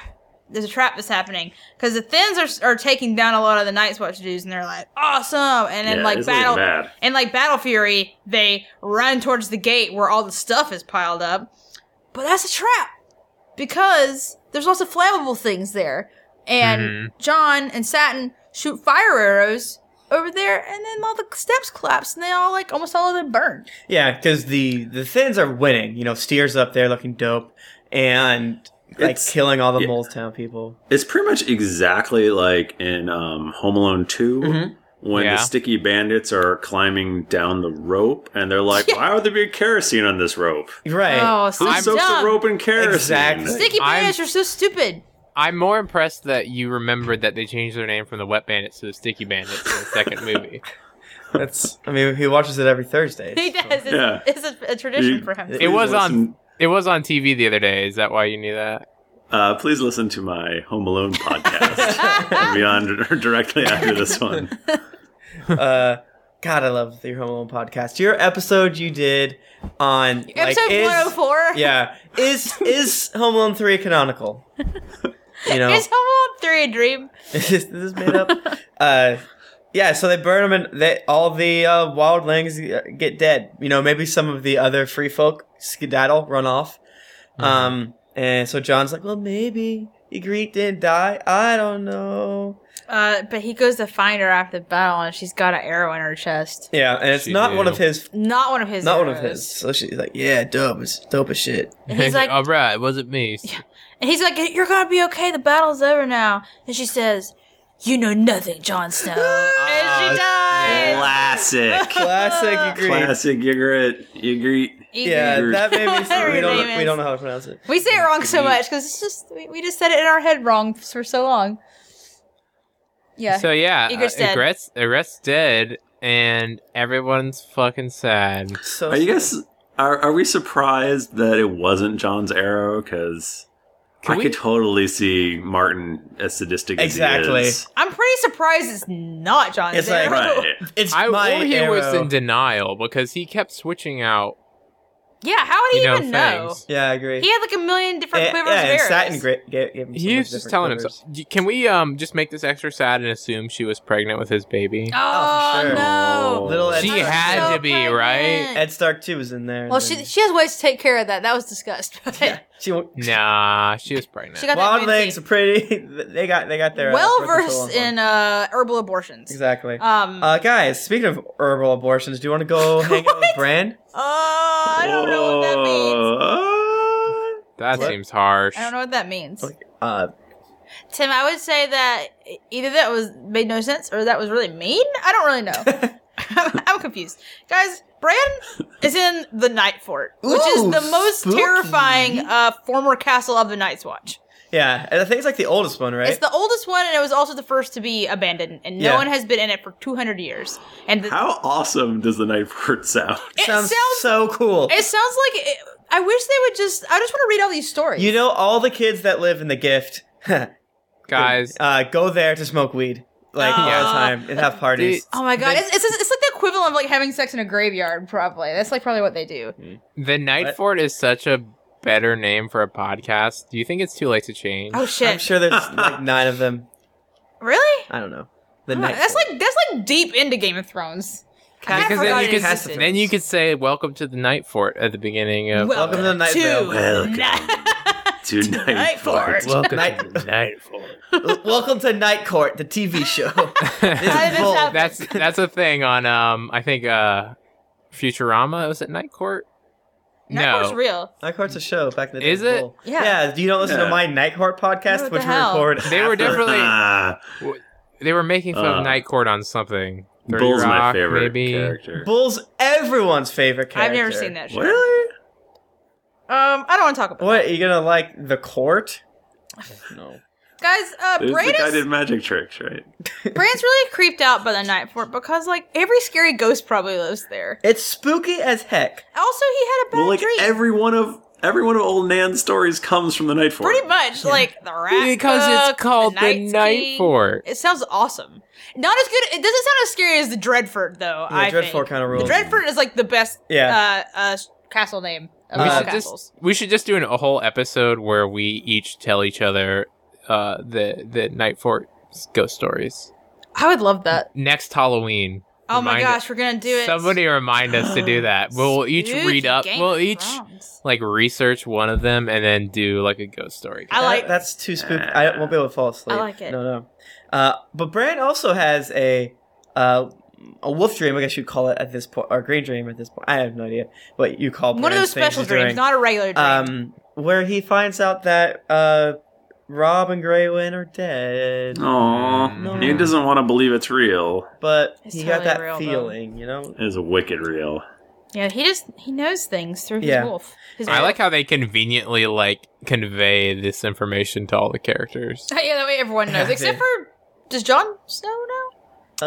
There's a trap that's happening because the Thins are, are taking down a lot of the Night's Watch dudes, and they're like, awesome. And then
Yeah,
like
it's looking
battle,
bad.
and like battle fury, they run towards the gate where all the stuff is piled up. But that's a trap because there's lots of flammable things there, and
Mhm.
Mm-hmm.
John and Satin shoot fire arrows over there, and then all the steps collapse, and they all like almost all of them burn.
Yeah, because the the thins are winning. You know, Steers up there looking dope and like
It's-
killing all the
yeah.
Molestown people.
It's pretty much exactly like in um, Home Alone 2 when
Yeah.
the sticky bandits are climbing down the rope and they're like, why would there be kerosene on this rope?
Right.
Oh, so
Who soaks
dumb.
the rope in kerosene?
Exactly.
Sticky
I'm-
bandits are so stupid.
I'm more impressed that you remembered that they changed their name from the Wet Bandits to the Sticky Bandits in the second movie.
That's. I mean, he watches it every Thursday.
He does. It's,
Yeah.
it's a, a tradition
You-
for him.
It was on
listen-
it was on TV the other day. Is that why you knew that?
Uh, please listen to my Home Alone podcast beyond or directly after this one.
Uh, God, I love the Your Home Alone podcast. Your episode you did on like,
Episode
is-
104.
Yeah, is is Home Alone three canonical? You know,
It's Home Alone 3 a dream.
this is, this is made up. Uh, yeah, so they burn them, and they, all the uh, wildlings uh, get dead. You know, maybe some of the other free folk skedaddle, run off.
Mm-hmm.
Um, and so John's like, well, maybe Ygritte didn't die. I don't know.
Uh, but he goes to find her after the battle, and she's got an arrow in her chest.
Yeah, and it's
She
not one
knew.
of his.
Not one of his.
Not one
arrows.
of his. So she's like, yeah, dope, it's dope as shit.
And he's like,
all right, Oh, it wasn't me.
and he's like, you're gonna be okay. The battle's over now. And she says, "You know nothing, Jon Snow."
Uh,
and she dies.
Classic.
Classic Ygritte.
Classic Ygritte. Ygritte.
Yeah,
Ygritte.
that made me.
Whatever
we
her
don't.
name
We don't
is.
know how to pronounce it.
We say it wrong so much because it's just we, we just said it in our head wrong for so long. Yeah.
So yeah,
Ygritte's
uh,
dead.
Ygritte's- Ygritte's dead, and everyone's fucking sad.
So
Are you guys are are we surprised that it wasn't John's arrow? Because
Can
I
we-
could totally see Martin as sadistic
Exactly.
as he is.
I'm pretty surprised it's not Jon
It's
Snow.
like-
Right.
It's
I
my
or he
arrow.
was in denial because he kept switching out.
yeah, how would he
You know,
even know?
things.
yeah, I agree.
He had like a million different
And-
quivers
yeah,
of
and
arrows.
Satin gra- ga- gave him so
He
much
was just
different
telling
quivers.
himself, "D- "Can we um just make this extra sad and assume she was pregnant with his baby?"
Oh,
Oh, for sure.
no.
Little Ed
She
Stark.
had
So
to be
pregnant.
right.
Ed Stark too was in there. and
Well,
then-
she she has ways to take care of that. That was discussed. but
yeah, she won't-
Nah, she was pregnant.
She got that
wild
fancy.
legs are pretty. They got they got their uh,
well
birth control
versed
on
in uh, herbal abortions.
exactly.
Um.
Uh, guys, speaking of herbal abortions, do you want to go hang out with Bran?
oh, I don't know what that means.
means.
that
What?
seems harsh.
I don't know what that means.
Uh,
Tim, I would say that e-, either that was made no sense or that was really mean. I don't really know. I'm confused, guys. Bran is in the Night Fort, which is
Ooh,
the most
spooky.
terrifying uh, former castle of the Night's Watch.
yeah, and I think it's like the oldest one, right?
It's the oldest one, and it was also the first to be abandoned, and no
Yeah.
one has been in it for 200 years. And the,
How awesome does the knife hurt sound?
it
sounds,
sounds,
so cool.
it sounds like it, I wish they would just. I just want to read all these stories.
You know, all the kids that live in the gift,
Guys,
uh, go there to smoke weed like
Aw.
all the time and have parties.
Oh my god,
They-
it's, it's it's like the equivalent of like having sex in a graveyard. Probably that's like probably what they do.
the Night
What?
Fort is such a better name for a podcast. Do you think it's too late to change?
Oh
I'm
shit,
sure there's like nine of them.
really?
I don't know. The
Huh,
night
Oh, that's
Fort.
like that's like deep into Game of Thrones. I
because
forgot
then you
it
could
existed.
then you could say "Welcome to the Night Fort" at the beginning of.
Well-
Welcome to the Night
Two.
Vale.
Welcome to
Night
Night
Fort.
Fort.
welcome
Night-
to the Night Fort.
Welcome to Night Court, the TV show.
How did this
Bull.
happen?
That's that's a thing on um I think uh Futurama was it Night Court?
Night Court's real.
Night Court's a show back in the day.
Is it?
Bull.
Yeah.
Yeah. Do you don't listen to
Yeah.
my Night Court
What
podcast,
the
which we
hell?
record?
They were
after-
definitely-
Ah,
They were making fun
Uh,
of Night Court on something. 30
Bull's my
Rock,
favorite
maybe.
character.
Bull's everyone's favorite character.
I've never seen that show.
Really?
Um, I don't want to talk about
What are you gonna like? The Court? No.
it. guys. Uh,
It was
Bran
the guy
is,
did magic tricks, right?
Bran's really creeped out by the Night Fort because like every scary ghost probably lives there.
It's spooky as heck.
Also, he had a bad
Well, like
dream.
every one of every one of old Nan's stories comes from the Night Fort.
Pretty much like the rat
Because
cook,
it's called the,
Night's
Night
King.
Fort.
It sounds awesome. Not as good. It doesn't sound as scary as the Dreadfort though.
Yeah,
I
Dreadfort
think.
kind of rules.
Dreadfort is like the best.
Yeah.
Uh, uh, castle name of
We
all
Uh,
should
castles.
just we should just do an, a whole episode where we each tell each other uh the the Night Fort ghost stories.
I would love that.
Next Halloween.
Oh my
Remind-
gosh, we're gonna do it.
Somebody remind us to do that. We'll each
Spooky
read up.
Game
We'll
of
each
Thrones.
like research one of them and then do like a ghost story.
I like.
That- that's too spooky. I won't be able to fall asleep.
I like it.
No, no. Uh, but Bran also has a uh, a wolf dream, I guess you'd call it at this point, or green dream at this point. I have no idea what you call
One of
Bran's
those
things
special
he's
dreams,
doing.
not a regular dream.
um, where he finds out that uh, Rob and Grey Wynn are dead,
Oh. Aww.
No.
He doesn't want to believe it's real.
but
It's
he got
totally
that
real, though.
feeling, you know.
It is wicked real.
Yeah, he just he knows things through his
Yeah.
wolf. His
I like how they conveniently like convey this information to all the characters.
yeah, that way everyone knows. Except for does John Snow know?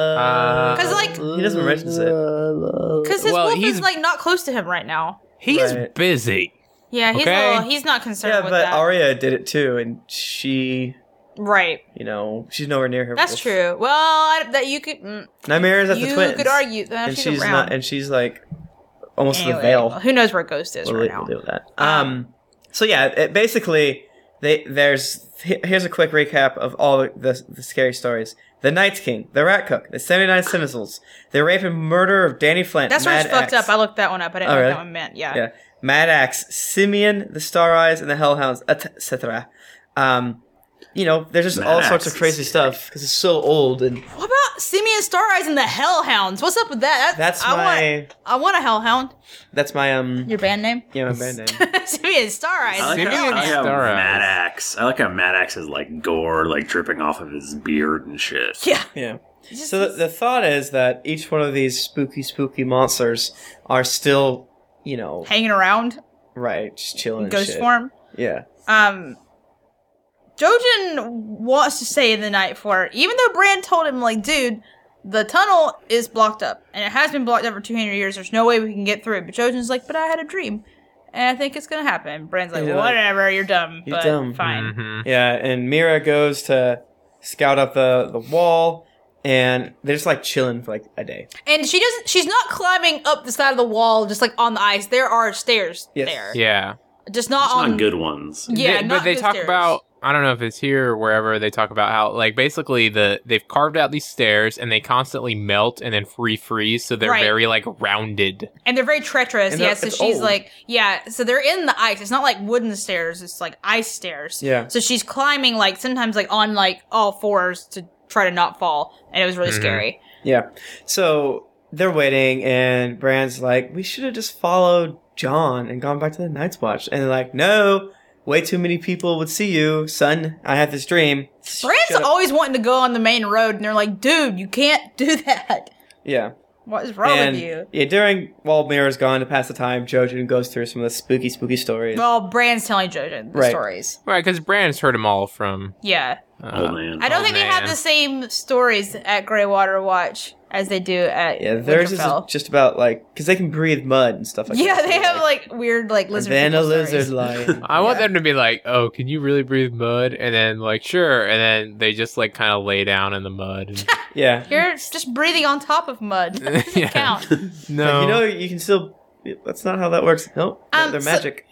Uh,
'Cause, like-
he doesn't mention
Uh,
it.
Because his
Well,
wolf
he's-
is like not close to him right now.
He's
Right.
busy.
Yeah, he's
Okay.
a little, he's not concerned
Yeah,
with
but
that.
Arya did it too, and she,
right,
you know, she's nowhere near her.
that's
wolf.
true. Well, I, that you could mm,
Nymera's at the
you
twins,
could argue that
and
she's,
she's
around.
not, and she's like almost to the
Anyway,
veil.
Who knows where Ghost is
we'll,
right
we'll
now?
deal with that. Um, so yeah, it basically they there's he- here's a quick recap of all the, the, the scary stories. The Night's King, the Rat Cook, the Seventy Nine Sinizels, the rape and murder of Danny Flint.
That's where
Mad
it's fucked up.
Axe,
I looked that one up. I didn't
Oh,
know what
really?
that one meant. Yeah.
yeah, Mad Axe, Simeon, the Star Eyes, and the Hellhounds, etc. Um, you know, there's just
Mad
all sorts
Axe
of crazy
is
stuff because it's so old, and
What about Simeon Star Eyes and the Hellhounds? What's up with that?
that's
I
my
Want, I want a Hellhound.
that's my um
Your band name?
yeah my band name.
Simeon Star Eyes.
I like,
Simeon
how, I like how
Star Eyes.
Mad Axe. I like how Mad Axe is like gore, like dripping off of his beard and shit.
yeah.
Yeah.
It's just-
So the, the thought is that each one of these spooky, spooky monsters are still, you know,
hanging around
right, just chilling. and
ghost
Oh, shit.
form.
Yeah.
Um, Jojen wants to stay the night for it, even though Bran told him, like, dude, the tunnel is blocked up, and it has been blocked up for 200 years. There's no way we can get through. But Jojen's like, but I had a dream, and I think it's gonna happen. And Bran's like,
You're like,
whatever, you're dumb,
"You're
but
dumb."
fine.
Mhm.
Yeah, and Mira goes to scout up the, the wall, and they're just like chilling for like a day.
And she doesn't. She's not climbing up the side of the wall just like on the ice. There are stairs
Yes.
there,
Yeah.
just not
It's
on.
not good ones.
Yeah,
They-
not
but they
good
talk
stairs.
about I don't know if it's here or wherever they talk about how like basically the they've carved out these stairs and they constantly melt and then free freeze so they're
Right.
very like rounded.
and they're very treacherous.
And
yeah,
they're-
so
it's
she's
old.
like, yeah, so they're in the ice. It's not like wooden stairs. It's like ice stairs.
Yeah.
So she's climbing like sometimes like on like all fours to try to not fall, and it was really
Mhm.
scary.
Yeah. So they're waiting, and Bran's like, we should have just followed John and gone back to the Night's Watch. And they're like, no, way too many people would see you, son. I had this dream. Shut
Brand's
up.
always wanting to go on the main road, and they're like, dude, you can't do that.
Yeah.
What is wrong
and
with you?
yeah, during while Mira's gone to pass the time, Jojen goes through some of the spooky, spooky stories.
Well, Brand's telling JoJo the
Right.
stories.
Right, because Bran's heard them all from.
Yeah.
Old
Uh,
man.
I don't
Oh,
think they have
man.
the same stories at Greywater Watch as they do at
yeah, theirs is
Winterfell.
just about like because they can breathe mud and stuff like
yeah,
that.
they have like weird like
And
lizard.
then a
people stories.
lizard lion.
I want
Yeah.
them to be like, "Oh, can you really breathe mud?" And then like, "Sure," and then they just like kind of lay down in the mud. And,
Yeah,
You're just breathing on top of mud. That doesn't
Yeah.
count.
no,
Like, you know you can still. That's not how that works. No,
Um,
they're
so-
magic.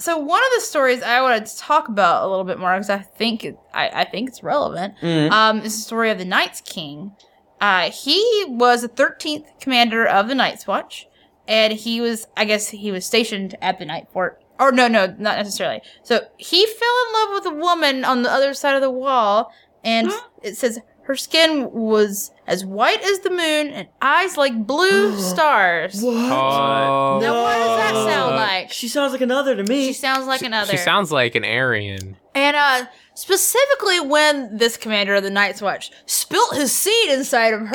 So one of the stories I wanted to talk about a little bit more because I think it, I, I think it's relevant.
Mhm.
Um, is the story of the Night's King. Uh, he was the thirteenth commander of the Night's Watch, and he was I guess he was stationed at the Night Fort. Or no, no, not necessarily. So he fell in love with a woman on the other side of the wall, and it says her skin was as white as the moon and eyes like blue stars.
Oh,
Now, what does that sound like?
Uh, She sounds like another to me.
She sounds like another.
She sounds like an Aryan.
And uh specifically when this commander of the Night's Watch spilt his seed inside of her.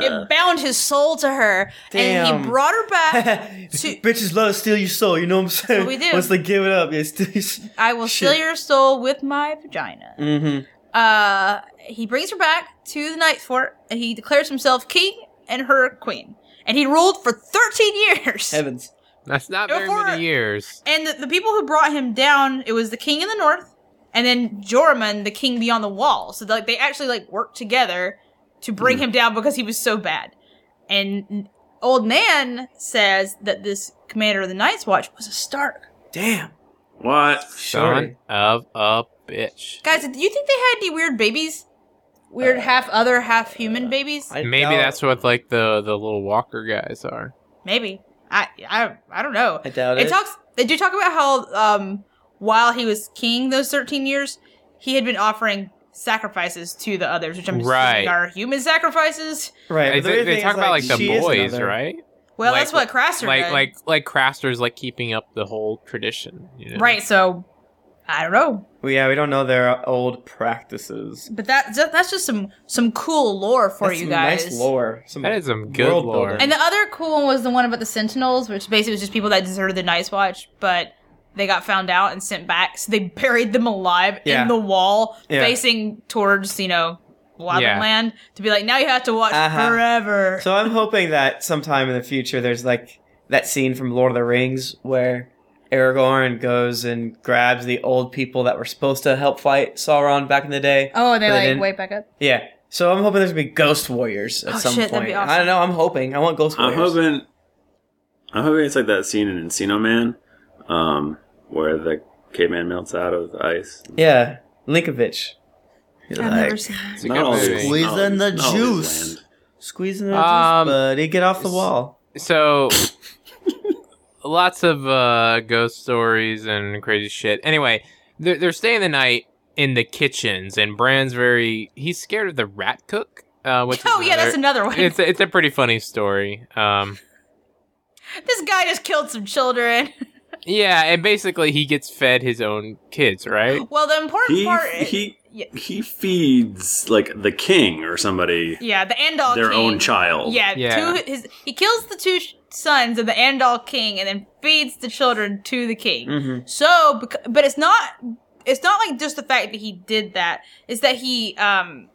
Ew.
It bound his soul to her. And
Damn.
he brought her back. She-
Bitches love to steal your soul. You know what I'm saying?
what we do.
Once they give it up, yeah, steal your soul.
I will
Shit.
steal your soul with my vagina.
Mm-hmm.
Uh he brings her back to the Night's Fort and he declares himself king and her queen. And he ruled for 13 years.
Heavens.
That's not
Go
very
for it.
many years.
And the, the people who brought him down, it was the king in the north, and then Jormun, the king beyond the wall. So like they actually like worked together to bring him down because he was so bad. And old man says that this commander of the Night's Watch was a Stark.
Damn.
What?
Sorry.
Son of a bitch.
Guys, do you think they had any weird babies? Weird half other, half human babies?
I
Maybe
doubt-
that's what like the the little walker guys are.
Maybe. I I I don't know.
I doubt
It
it.
talks. They do talk about how um, while he was king those thirteen years, he had been offering sacrifices to the others, which I'm
Right.
assuming are human sacrifices.
right.
They,
but the weird
they
thing
talk
is,
about like
she
the
is
boys,
another.
right?
Well,
Like-
that's what Craster
Like
did.
like like Craster's like keeping up the whole tradition. you know?
right. So I don't know,
Well, yeah, we don't know their old practices.
but that that- that's just some some cool lore for
That's
you
some
guys.
Nice lore. Some
That is some good
world
lore.
building.
And the other cool one was the one about the Sentinels, which basically was just people that deserted the Night's Watch, but they got found out and sent back. So they buried them alive
Yeah.
in the wall,
Yeah.
facing towards you know Wabbit
Yeah.
Land, to be like, now you have to watch
Uh-huh.
forever.
So I'm hoping that sometime in the future there's like that scene from Lord of the Rings where Aragorn goes and grabs the old people that were supposed to help fight Sauron back in the day.
oh, and they
but
like
didn't.
wake back up.
Yeah. So I'm hoping there's gonna be ghost warriors at
Oh,
some
shit, that'd
point.
be
I don't know. I'm hoping. I want ghost
I'm
warriors.
hoping. I'm hoping it's like that scene in Encino Man, um, where the caveman melts out of the ice.
Yeah, Linkovich. You're
I've
like,
never seen that.
It's a good movie.
Squeeze in the
not all this
juice.
land.
Squeezing the
Um,
juice, buddy. Get off the wall.
So, lots of uh, ghost stories and crazy shit. Anyway, they're, they're staying the night in the kitchens, and Bran's very he's scared of the rat cook. Uh, which is
Oh yeah, that's another one.
It's a, it's a pretty funny story. Um,
this guy just killed some children.
yeah, and basically he gets fed his own kids, right?
Well, the important part,
He he
yeah,
he feeds like the king or somebody
yeah, the Andal
their
king.
own child.
Yeah,
Yeah.
Two, his, he kills the two sh- sons of the Andal king and then feeds the children to the king.
Mm-hmm.
So, bec- but it's not. It's not like just the fact that he did that. It's that he um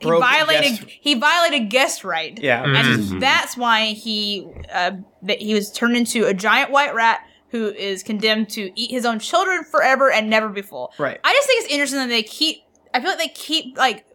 he
Broke
violated
guest-
he violated guest right.
Yeah.
Mm.
and
Mhm.
that's why he uh, that he was turned into a giant white rat who is condemned to eat his own children forever and never be full.
Right.
I just think it's interesting that they keep. I feel like they keep like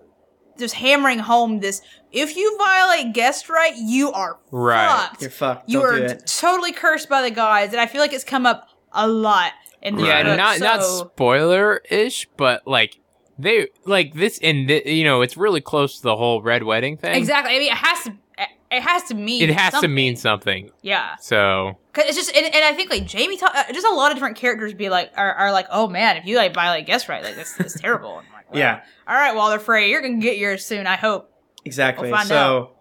just hammering home this. If you violate guest right, you are
Right.
fucked.
You're fucked.
You
Don't
are
do it.
totally cursed by the gods, and I feel like it's come up a lot in this
Yeah,
book,
not not
so-
spoiler ish, but like they like this and thi- you know it's really close to the whole red wedding thing.
exactly. I mean, it has to. It has to mean.
It has to
something.
mean something.
Yeah.
So
Cause it's just, and, and I think like Jamie, ta- uh, just a lot of different characters be like, are, are like, oh man, if you like buy like guess right, like that's, that's terrible. And I'm like, well,
Yeah.
All right, Walter Frey, you're gonna get yours soon. I hope.
Exactly.
We'll find
so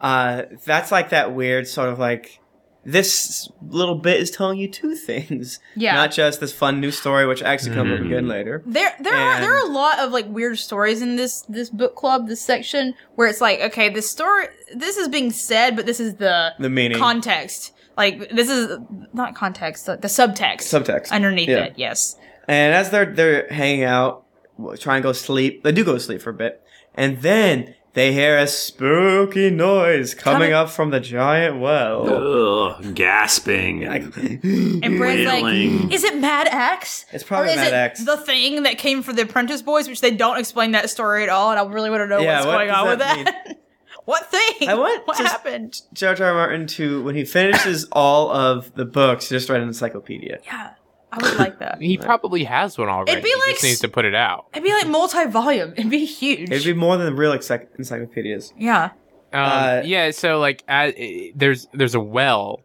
uh that's like that weird sort of like this little bit is telling you two things.
Yeah.
Not just this fun new story which actually comes up
Mhm.
again later.
there, there are there are a lot of like weird stories in this this book club, this section where it's like, okay, this story, this is being said, but this is the
The meaning
context. Like this is not context, like the subtext
subtext.
underneath
Yeah.
it. Yes.
And as they're they're hanging out, w- trying to go sleep, they do go to sleep for a bit, and then they hear a spooky noise coming
Coming-
up from the giant well.
Ugh, gasping.
Like,
And Brad's
Wailing.
like, is it Mad Axe?
It's probably
or is
Mad
it
Axe.
The thing that came for the Apprentice Boys, which they don't explain that story at all, and I really want to know
Yeah,
what's
what
going
does
on with
that
that. what thing?
I want
what
just-
happened?
George R. R. Martin to when he finishes all of the books, just write an encyclopedia.
Yeah, I would like that.
he probably has one already.
be
he
like
just
s-
needs to put it out.
It'd be like multi-volume. It'd be huge.
It'd be more than real encycl- encyclopedias.
yeah.
Um,
Uh,
yeah, so like uh, there's there's a well,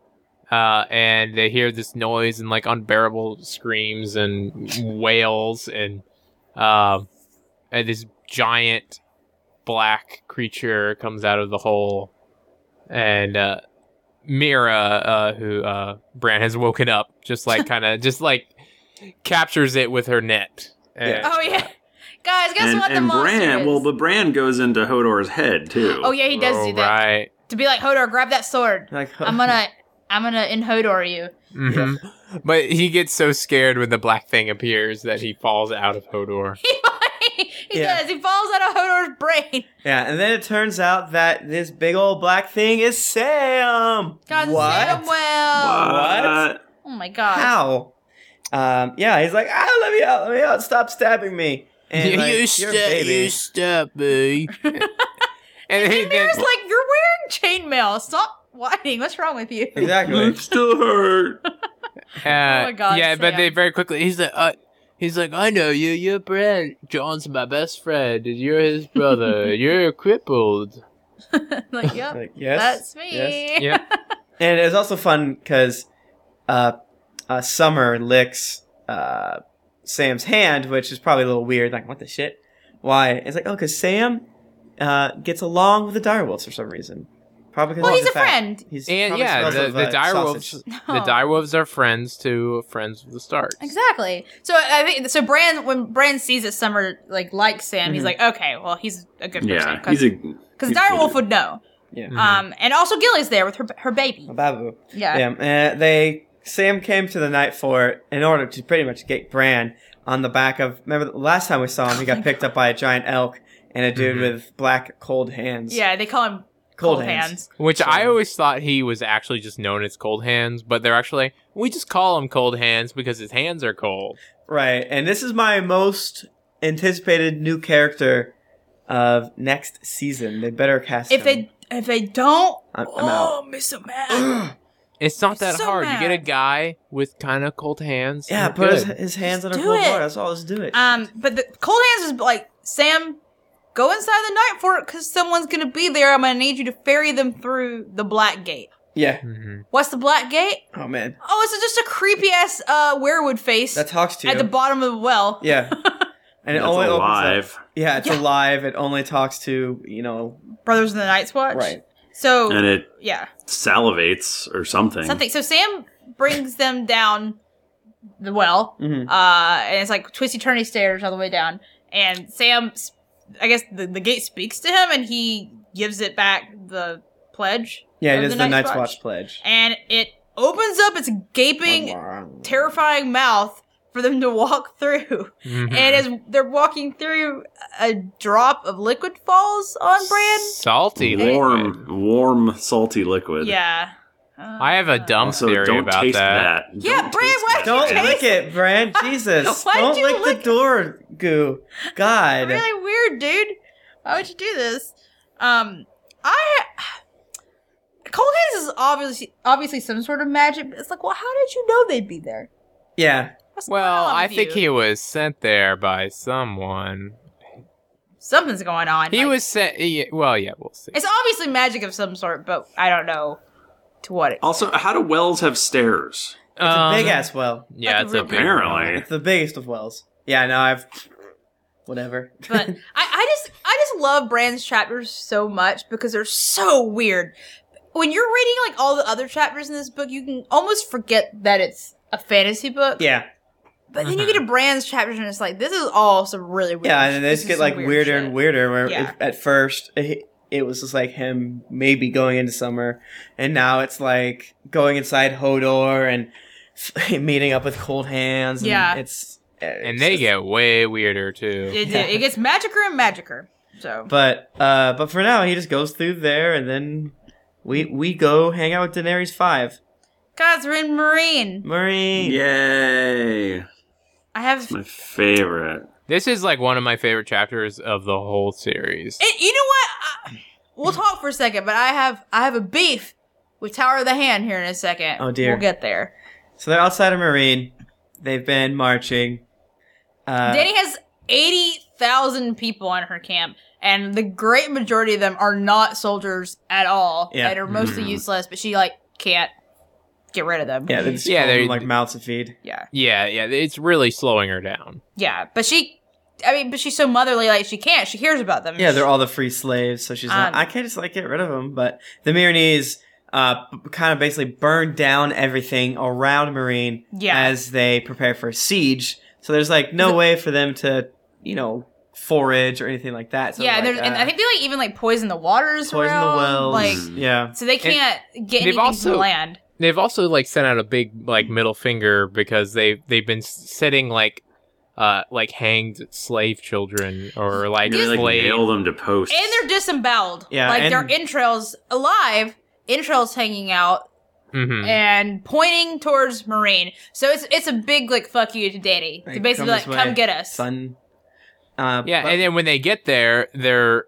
uh, and they hear this noise and like unbearable screams and wails and um, and this giant black creature comes out of the hole, and uh, Mira, uh, who uh, Bran has woken up, just like kind of just like captures it with her net. And-
Oh yeah, guys, guess
and
what the
and
monster
Bran,
is?
well, but Bran goes into Hodor's head too.
oh yeah, he does do that.
Right.
To be like Hodor, grab that sword.
Like,
I'm gonna, I'm gonna in Hodor you.
Mhm. But he gets so scared when the black thing appears that he falls out of Hodor.
he
Yeah.
does. He falls out of Hodor's brain.
Yeah, and then it turns out that this big old black thing is Sam.
God,
what?
Samuel.
What?
Oh my god.
How? Um, yeah, he's like, ah, let me out, let me out, stop stabbing me. And like, you are a baby.
stop me. and he
And Mira's
then,
like, you're wearing chainmail. Stop whining. What's wrong with you?
exactly.
I'm still hurt.
uh,
Oh my God,
yeah, but
Sam.
they very quickly. He's like, uh, he's like, I know you. You're Brent. John's my best friend. and You're his brother. you're crippled.
like, yep,
Like, yes,
that's me.
yes.
Yeah,
And it was also fun because uh, uh, Summer licks uh, Sam's hand, which is probably a little weird. Like, what the shit? Why? It's like, oh, because Sam uh, gets along with the direwolves for some reason. Probably 'cause
Well, he's a
fat.
friend.
He's
And
probably
yeah,
smells
the,
of,
the
uh,
direwolves,
sausage.
the direwolves are friends to friends of the stars.
Exactly. So I think so. Brand when Brand sees that Summer like likes Sam,
Mm-hmm.
he's like, okay, well, he's a good person.
Yeah, he's a
because Direwolf would know.
Yeah.
Mm-hmm.
Um, and also Gilly's there with her her baby.
A Oh, babu.
Yeah.
Yeah. uh, they Sam came to the night fort in order to pretty much get Bran on the back of. Remember the last time we saw him, he
Oh
got picked up by a giant elk and a dude
Mm-hmm.
with black cold hands.
Yeah, they call him
Cold
Cold,
Hands.
hands.
Which I always thought he was actually just known as Cold Hands, but they're actually we just call him Cold Hands because his hands are cold.
Right. And this is my most anticipated new character of next season. They better cast
If
him.
they if they don't,
I'm- I'm
oh, I'm so mad.
It's not
He's
that
so
hard. You get a
mad.
guy with kind of cold hands.
Yeah,
you're
put his,
good.
his hands on
Just
her
do
cold
it.
water. That's all. Let's do it.
um, but the Cold Hands is like Sam. Go inside the night fort because someone's gonna be there. I'm gonna need you to ferry them through the Black Gate.
yeah.
Mhm.
What's the Black Gate?
Oh man,
Oh, it's just a creepy ass uh, werewood face
that talks to you.
at the bottom of the well.
yeah. And it
It's
only opens up-
alive.
Yeah, it's
Yeah.
alive. It only talks to you know.
Brothers in the Night's Watch.
Right.
So
And it
yeah,
salivates or something.
something. So Sam brings them down the well,
Mhm.
uh, and it's like twisty turny stairs all the way down. And Sam, s- I guess the, the gate speaks to him, and he gives it back the pledge.
Yeah, it
of
is the Night's Watch pledge.
and it opens up its
Oh,
gaping, terrifying mouth for them to walk through.
Mhm.
And as they're walking through, a drop of liquid falls on Brand.
Mm-hmm. salty, liquid.
warm, warm, salty liquid.
Yeah. Uh,
I have a dumb
Also,
theory
don't
about
taste
that.
that.
Yeah,
Don't
Bray,
taste
why
that.
Don't
Taste-
lick it, Brand. Jesus,
Why'd
don't
you
lick,
lick
the
it?
door goo. God,
really weird, dude. Why would you do this? Um, I cold hands is obviously obviously some sort of magic. But it's like, well, how did you know they'd be there?
yeah.
What's going
Well,
on
I
with
think
you?
he was sent there by someone.
something's going on.
He
Like,
was sent. Yeah, well, yeah, we'll see.
It's obviously magic of some sort, but I don't know to what. It,
Also, how do wells have stairs?
It's
Um,
a big ass well.
Yeah,
Like a
it's a
real-
big
Apparently.
It's the biggest of wells. Yeah, no, I've whatever.
but I, I just I just love Brand's chapters so much because they're so weird. When you're reading like all the other chapters in this book, you can almost forget that it's a fantasy book.
yeah, Mm-hmm.
But then you get to Brand's chapters, and it's like this is all some really weird.
yeah, and then
shit.
they
This
just
is
get
some
like
weird
weirder
shit.
and weirder. Where
Yeah.
it, at first it, it was just like him maybe going into summer, and now it's like going inside Hodor and meeting up with Cold Hands. And
Yeah.
it's
And they get way weirder too.
It, it, it gets magicker and magicker. So
But uh, but for now, he just goes through there, and then we we go hang out with Daenerys Five.
guys, we're in Marine.
Marine.
Yay!
I have.
My favorite.
This is like one of my favorite chapters of the whole series.
It, you know what? I, we'll talk for a second, but I have I have a beef with Tower of the Hand here in a second.
Oh, dear.
We'll get there.
So they're outside of Marine. They've been marching. Uh,
Danny has eighty thousand people in her camp, and the great majority of them are not soldiers at all,
Yeah. Mm-hmm.
and are mostly
Mhm.
useless. But she like can't get rid of them.
yeah, they just
Yeah,
yeah,
they-
they like mouths to feed.
yeah.
Yeah, yeah, it's really slowing her down.
Yeah, but she, I mean, but she's so motherly, like she can't. She hears about them.
Yeah, they're all the free slaves, so she's not.
Um,
I can't just like get rid of them. But the Myronese uh, kind of basically burn down everything around Marine
Yeah.
as they prepare for a siege. So there's like no way for them to, you know, forage or anything like that. So
yeah, and,
like,
there's- and
uh,
I think they like even like poison the waters.
poison the
around,
wells.
Like,
yeah,
so they can't get anything
also-
to land.
They've also like sent out a big like
Hmm.
middle finger because they they've been s- setting like uh like hanged slave children or like
And they like
slave.
nail them to posts.
And they're disemboweled.
Yeah,
like their
and-
entrails alive, entrails hanging out,
Mhm.
Mm-hmm.
and pointing towards Marine. So it's it's a big like fuck you to Danny.
Like,
To basically
come
like
this way,
come get us.
sun. Uh,
Yeah,
but-
and then when they get there, they're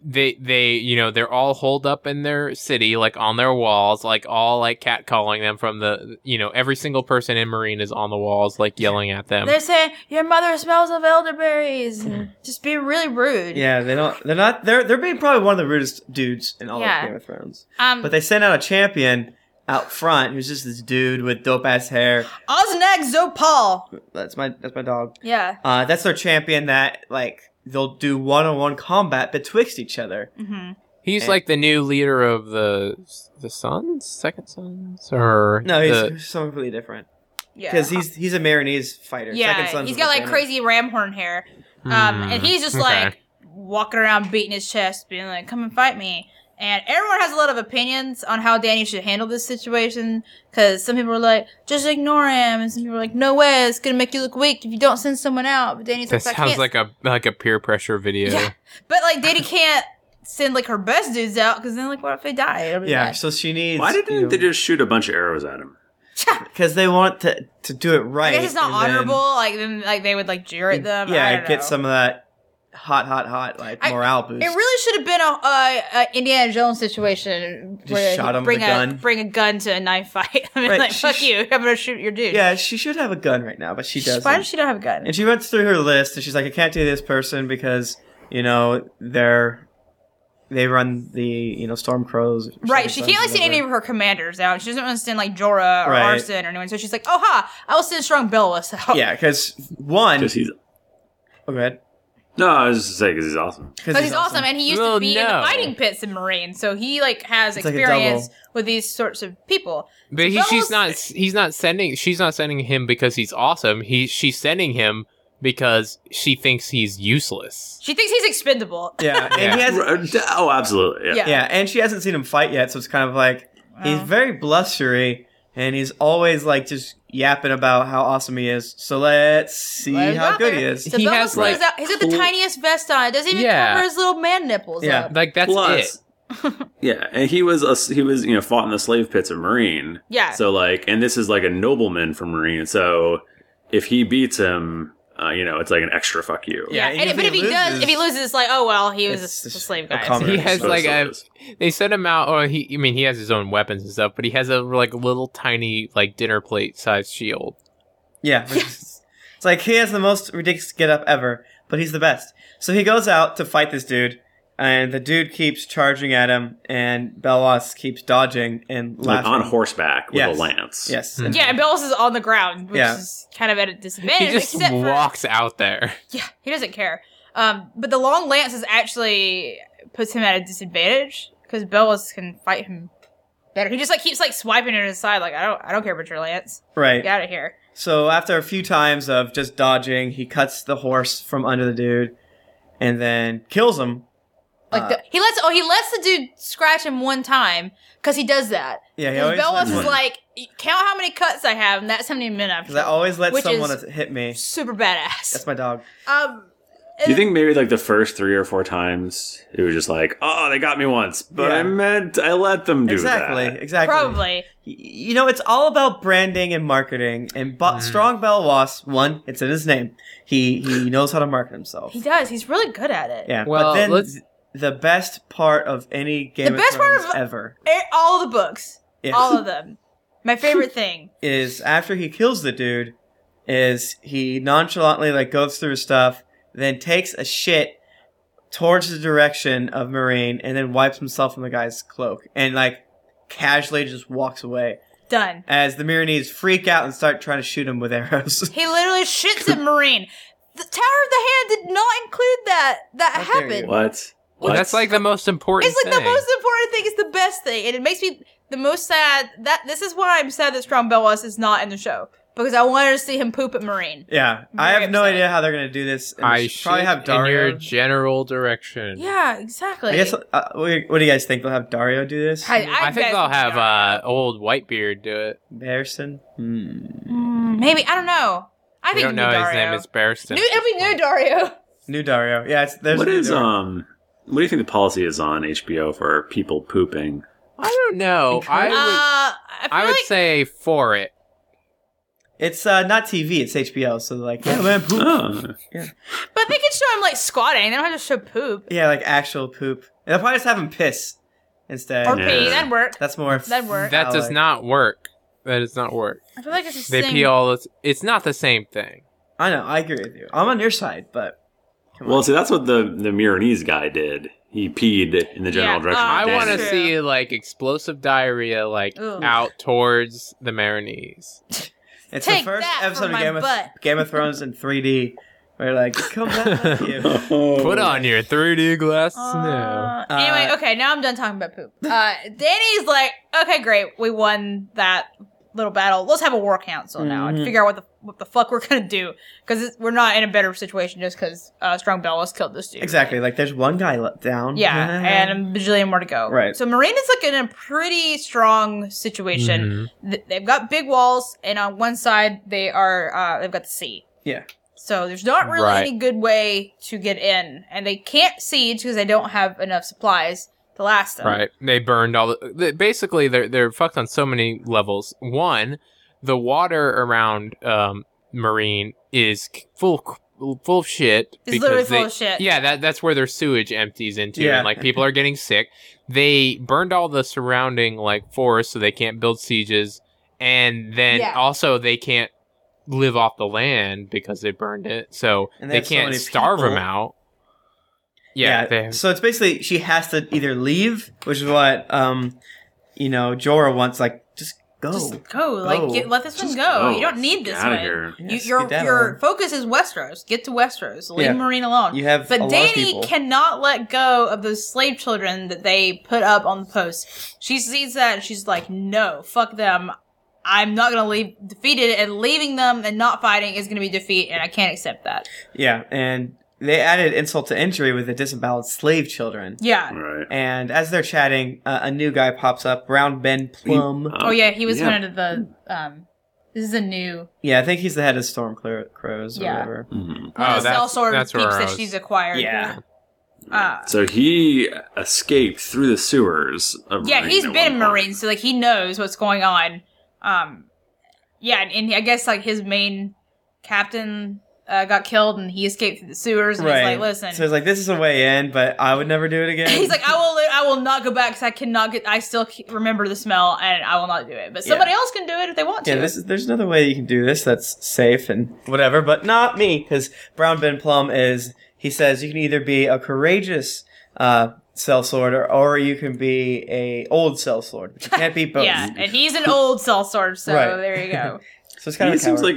they they you know they're all holed up in their city, like on their walls, like all like catcalling them from the you know every single person in Marine is on the walls, like yelling at them.
They're saying your mother smells of elderberries, and just being really rude.
yeah, they don't. They're not. They're they're being probably one of the rudest dudes in all
Yeah.
of Game of Thrones.
Um,
But they sent out a champion out front who's just this dude with dope ass hair.
Oznag Zopal.
That's my that's my dog.
Yeah.
Uh, that's their champion that like they'll do one on one combat betwixt each other.
Mm-hmm.
He's
And-
like the new leader of the the Suns, Second Suns, or
No, he's
the,
something completely different
Yeah,
because he's he's a Marinese fighter. Second
yeah,
son's
he's
a
got like
Marinese.
crazy ram horn hair, um,
Hmm,
and he's just
okay.
like walking around beating his chest, being like, "Come and fight me." And everyone has a lot of opinions on how Danny should handle this situation because some people are like, "Just ignore him," and some people are like, "No way, it's gonna make you look weak if you don't send someone out." But Danny's
that
like, "I
sounds
can't
like a like a peer pressure video.
Yeah. But like Diddy can't send like her best dudes out because then like what if they die? It'll be
Yeah,
bad.
so she needs.
Why didn't they just shoot a bunch of arrows at him?
Because they want to to do it right.
I guess it's not
and then-
honorable. like then like they would like jeer at them. I
yeah,
don't
get
know.
some of that hot, hot, hot like
I-
morale boost.
It really should have been a, a, a Indiana Jones situation.
Just
where they
shot him with
bring
a gun.
Bring a gun to a knife fight. I mean,
Right,
like
she
fuck
sh-
you. I'm gonna shoot your dude.
yeah, she should have a gun right now, but she doesn't.
Why does she not have a gun?
and she runs through her list, and she's like, "I can't do this person because you know they're they run the you know storm crows."
Right, she can't like send any of her commanders out. She doesn't want to send like Jorah or
Right.
Arson or anyone. So she's like, "Oh ha, I will send Strong Bellis out."
Yeah, because one.
Because he's
oh, go ahead.
no, I was just saying because he's awesome.
Because he's awesome, and he used
Well,
to be in the
no.
fighting pits in Marine, so he like has
It's like a
experience
double.
with these sorts of people.
But he,
That
she's
was-
not he's not sending she's not sending him because he's awesome. He she's sending him because she thinks he's useless.
She thinks he's expendable.
Yeah, and
Yeah.
he has.
R- Oh, absolutely. Yeah.
Yeah.
Yeah, and she hasn't seen him fight yet, so it's kind of like he's
Wow.
very blustery, and he's always like just yapping about how awesome he is. So let's see
Let him go
how
out
good
there.
he is.
So
He
Bellis
has,
goes
like,
out- he's got the
cool-
tiniest vest on. It doesn't even
Yeah.
cover his little man nipples.
Yeah.
up.
Like that's
Plus,
it.
yeah, and he was a, he was you know fought in the slave pits of Marine.
Yeah.
So like, and this is like a nobleman from Marine. So if he beats him, uh, you know, it's like an extra fuck you.
Yeah,
yeah,
and
and
if
but
he
if he does,
loses-
if he loses, it's like, oh well, he was a,
It's
s-
just
slave
a
guy.
comment.
He has
So
like
so
a
it is.
they sent him out or he I mean he has his own weapons and stuff, but he has a like little tiny like dinner plate sized shield.
Yeah. which is- It's like he has the most ridiculous get up ever, but he's the best. So he goes out to fight this dude, and the dude keeps charging at him, and Belwas keeps dodging and
like
laughing.
on horseback with
Yes.
a lance.
Yes.
Hmm.
and-
Yeah, and Bellis is on the ground, which
Yeah.
is kind of at a disadvantage.
he just
except for-
walks out there.
yeah, he doesn't care. Um, but the long lance is actually puts him at a disadvantage because Bellis can fight him better. He just like keeps like swiping at his side, like I don't, I don't care about your lance.
Right.
Get out of here.
So after a few times of just dodging, he cuts the horse from under the dude, and then kills him.
Like
Uh,
the, he lets, oh, he lets the dude scratch him one time because he does that.
Yeah, he
Because
always.
Bellis
lets-
is
one.
like, count how many cuts I have, and that's how many men I've.
Because I
killed."
always let
Which
someone
is-
hit me.
Super badass.
That's my dog.
Um,
Do you think maybe like the first three or four times it was just like, oh, they got me once, but
Yeah.
I meant I let them do
exactly.
that.
Exactly.
probably.
Y- You know, it's all about branding and marketing. And Bo-
Mm-hmm.
Strong Bell Was one, it's in his name. He he knows how to market himself.
He does. He's really good at it.
Yeah.
Well,
but then
let's-
the best part of any Game
The
of
best part
Thrones
of-
ever
Eh, All the books,
is,
all of them. My favorite thing.
is after he kills the dude, is he nonchalantly like goes through his stuff, then takes a shit towards the direction of Marine, and then wipes himself on the guy's cloak, and like casually just walks away.
Done.
as the Myronese freak out and start trying to shoot him with arrows.
He literally shits at Marine. The Tower of the Hand did not include that. That
How dare
happened.
you.
What?
Well,
What?
that's like the most important.
It's like the
thing.
most important thing. It's the best thing, and it makes me the most sad. That this is why I'm sad that Strong Bellas is not in the show because I wanted to see him poop at Marine.
yeah, I
Very
have no
upset.
idea how they're gonna do this. and
I
we should probably have
in
Dario.
your general direction.
Yeah, exactly.
I guess. Uh, what what do you guys think? They'll have Dario do this.
I,
I, think
bet-
they'll have uh, old Whitebeard do it.
Barrison. Hmm.
Mm, maybe I don't know. I
We
think
don't know
Dario.
his name is Barristan.
New, it'll be new Dario.
New Dario. Yeah, it's, there's.
what
a new
is
Dario.
um? What do you think the policy is on HBO for people pooping?
I don't know. I
Uh,
would,
I feel
I would
like
say for it.
It's uh, not TV. It's HBO. So like, yeah, man, poop.
Oh,
But they could show him like squatting. They don't have to show poop
yeah, like actual poop. And they'll probably just have him piss instead.
or
Yeah.
pee. That'd work.
That's more.
That'd work.
That does
phallic.
not work. That does not work.
I feel like it's the
They
same.
pee all. The, it's not the same thing.
I know. I agree with you. I'm on your side, but
well, see, that's what the the Miranese guy did. He peed in the general
Yeah,
direction.
uh,
of
I
that's
want to
Danny.
true.
see like explosive diarrhea like
Ugh.
out towards the Marinese.
it's
Take
the first
that
episode
from
of
my
Game of,
butt.
Game of Thrones in 3D, We're like, come back you.
Oh.
Put on your 3D glasses now.
Uh, anyway,
Uh,
okay, now I'm done talking about poop. Uh, Danny's like, okay, great, we won that little battle. Let's have a war council now and
Mhm.
figure out what the what the fuck we're gonna do because we're not in a better situation just because uh, Strong Bellas killed this dude.
Exactly. Like, there's one guy let down.
Yeah, and a bajillion more to go.
Right.
So Marina's like in a pretty strong
Mm-hmm.
situation.
Mm-hmm.
Th- They've got big walls, and on one side they are uh, they've got the sea.
Yeah.
So there's not really
Right.
any good way to get in, and they can't siege because they don't have enough supplies to last them.
Right. They burned all the. They, basically, they're, they're fucked on so many levels. One, the water around um, Marine is c- full full of shit.
It's literally
because
full
they-
of shit.
Yeah, that, that's where their sewage empties into,
Yeah.
and like people are getting sick. They burned all the surrounding like forests, so they can't build sieges, and then
Yeah.
also they can't live off the land because they burned it, so
And they
they,
have so
can't
many
starve them
people.
out. Yeah, they have,
So it's basically she has to either leave, which is what um, you know, Jorah wants. Like, just go.
Just go, like
Oh. Go.
get, let this one
Just
go.
go.
You don't need this
Oh, Get outta
one.
here.
Yeah,
You,
just
your
get that
your
on.
focus is Westeros. Get to Westeros. Leave
Yeah.
Marine alone.
You have a
But
lot of
Danny
people.
cannot let go of those slave children that they put up on the post. She sees that and she's like, "No, fuck them. I'm not gonna leave defeated, and leaving them and not fighting is gonna be defeat, and I can't accept that."
yeah, and they added insult to injury with the disemboweled slave children.
Yeah.
Right.
And as they're chatting, uh, a new guy pops up, Brown Ben Plum.
Oh yeah, he was one of the. Um, this is a new
Yeah, I think he's the head of Storm Clear- Crows or
Yeah.
whatever.
Mhm.
one of the cell sort of
Oh, where
peeps
I
that
was-
she's acquired.
Yeah.
Uh,
So he escaped through the sewers. Of
yeah,
Marine
he's
at
been in
one point.
Marines, so like he knows what's going on. Um, yeah, and, and I guess like his main captain uh, got killed, and he escaped through the sewers. And he's like, listen,
So he's like, this is a way in, but I would never do it again.
he's like, I will, I will not go back because I cannot get. I still c- remember the smell, and I will not do it. But
Yeah.
somebody else can do it if they want
yeah,
to.
this is, there's another way you can do this that's safe and whatever, but not me, because Brown Ben Plum is, he says, you can either be a courageous uh, sellsword or, or you can be a old sellsword, but you can't be both.
yeah, and he's an old sellsword, so
Right.
there you go.
So it's kind
he
of a
seems
coward.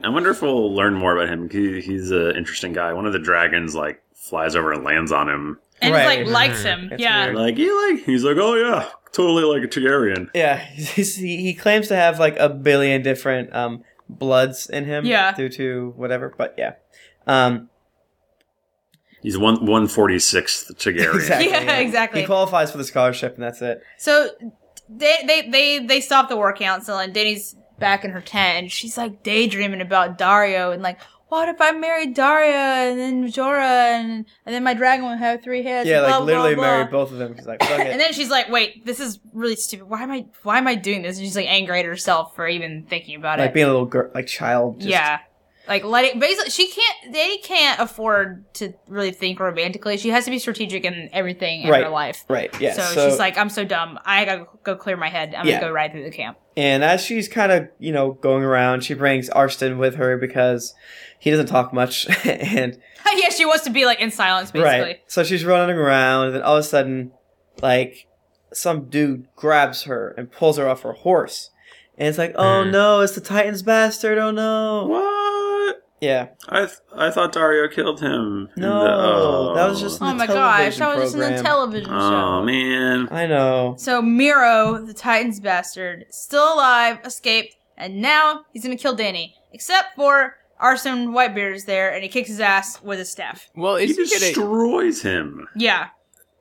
like a. I wonder if we'll learn more about him. He, he's an interesting guy. One of the dragons like flies over and lands on him.
And he's
Right.
like likes him.
That's
yeah,
weird.
Like you like? He's like, oh yeah, totally like a Targaryen.
Yeah, he's, he he claims to have like a billion different um bloods in him.
Yeah.
due to whatever. But yeah, um,
He's one one forty sixth Targaryen.
exactly.
Yeah, exactly.
He qualifies for the scholarship, and that's it.
So they they they they stop the war council and Danny's back in her tent and she's like daydreaming about Dario and like what if I married Dario and then Jorah and and then my dragon would have three heads?
yeah,
blah,
like
blah,
literally
blah.
married both of them. He's like, fuck it.
And then she's like, "Wait, this is really stupid. Why am I? Why am I doing this?" And she's like angry at herself for even thinking about
like
it.
being a little girl, like child. Just,
yeah, like let it. Basically, she can't. They can't afford to really think romantically. She has to be strategic in everything in
Right.
her life.
Right. Yeah.
so,
So,
she's like, "I'm so dumb. I gotta go clear my head. I'm
Yeah.
gonna go ride through the camp."
and as she's kind of you know going around, she brings Arston with her because he doesn't talk much, and
yeah, she wants to be like in silence, basically.
Right. So she's running around, and then all of a sudden, like, some dude grabs her and pulls her off her horse. And it's like, oh
Hmm.
no, it's the Titan's bastard, oh no.
What?
Yeah.
I th- I thought Dario killed him. in
No,
the- oh.
that was just-
Oh
the
my gosh,
television
that was just in the
program.
television
Oh
show.
man.
I know.
So Miro, the Titan's bastard, still alive, escaped, and now he's gonna kill Danny. Except for Arson Whitebeard is there, and he kicks his ass with his staff.
well,
He
is he gonna
destroys him.
Yeah.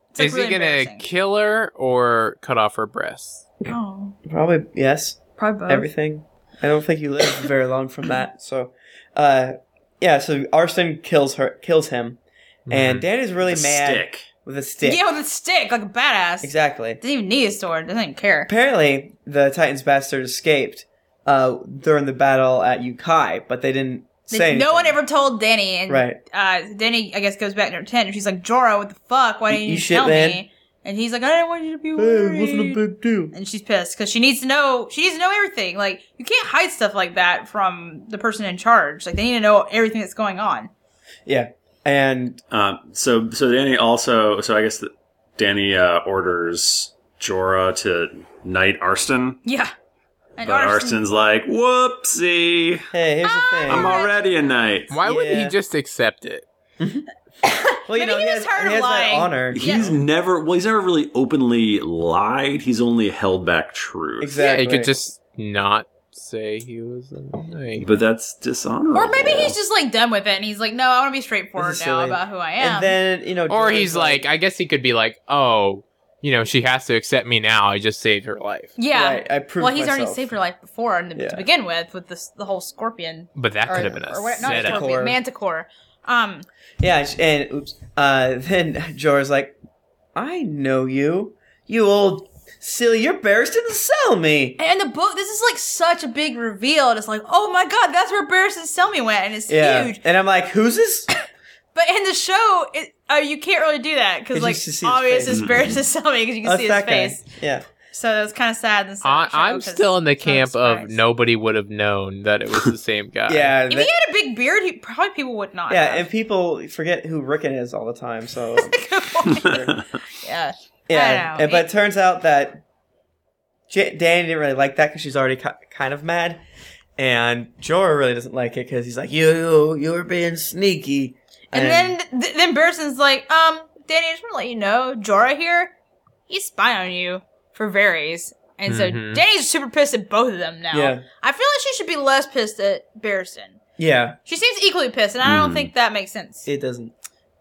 It's, like,
is
really
he gonna
embarrassing.
kill her or cut off her breasts?
Oh,
Probably, yes,
probably both.
everything. I don't think you lived very long from that. So, uh, yeah, so Arston kills her, kills him.
Hmm.
And Danny's really
A
mad
Stick.
with a stick.
Yeah, with a stick, like a badass.
Exactly.
Doesn't even need a sword. Doesn't even care.
Apparently, the Titan's bastard escaped uh, during the battle at Yukai, but they didn't
They-
say
no
anything.
one ever told Danny, and
Right.
uh, Danny, I guess, goes back to her tent, and she's like, "Jorah, what the fuck? Why
You-
didn't
you
you,
shit,
tell
man.
me?" And he's like, "I didn't want you to be
Hey,
worried."
it wasn't a big deal.
and she's pissed because she needs to know. She needs to know everything. Like you can't hide stuff like that from the person in charge. Like they need to know everything that's going on.
Yeah, and
Um, so so Danny also so I guess that Danny uh, orders Jorah to knight Arston.
Yeah, And
But
Arston-
Arson's like, whoopsie.
Hey, here's
Ah!
the thing.
I'm already a knight.
Why wouldn't he
Yeah.
just accept it?
well, you
Maybe
know,
he
he
was
has,
tired
he
of
has that
lying.
honor.
He's never well. He's never really openly lied. He's only held back truth.
Yeah,
Exactly.
he could just not say he was a knight.
But that's dishonorable.
Or maybe he's just like done with it, and he's like, "No, I want to be straightforward
This is
now
silly.
about who I am."
And then you know,
Or
Jordan's
he's like, I guess he could be like, oh, you know, she has to accept me now. I just saved her life.
yeah.
right, I proved
Well, he's already
myself.
saved her life before in the,
Yeah.
to begin with, with this the whole scorpion
But that
or,
could have been a
or what, not
setup.
Manticore.
scorpion, manticore. Um,
Yeah, and sh- and oops. Uh, then Jorah's like, I know you, you old silly. Your bears didn't sell me.
and the book. This is like such a big reveal, and it's like, oh my god, that's where Barris and Selmy went, and it's
Yeah,
huge.
and I'm like, who's this?
But in the show, it, uh, you can't really do that
'Cause
because
you
like
can see his
obvious
face.
is Barris and Selmy because you can
Us
see his
that guy.
face.
Yeah,
So that's kind of sad. in the
I,
show,
I'm
'cause
still in the
it's not a
camp of
surprise.
nobody would have known that it was the same guy.
yeah,
If
that-
he had a big beard, he probably people would not.
yeah.
have.
And people forget who Rickon is all the time. So
yeah.
yeah,
I know.
and, but it turns out that J- Danny didn't really like that because she's already ki- kind of mad, and Jorah really doesn't like it because he's like, you, you're being sneaky.
And, then th- then Barrison's like, um, Danny, I just want to let you know, Jorah here, he's spying on you for Varys. And so
Mhm.
Danny's super pissed at both of them now.
Yeah.
I feel like she should be less pissed at Barrison.
yeah,
She seems equally pissed, and I don't
Mhm.
think that makes sense.
Hmm. it Hmm. doesn't.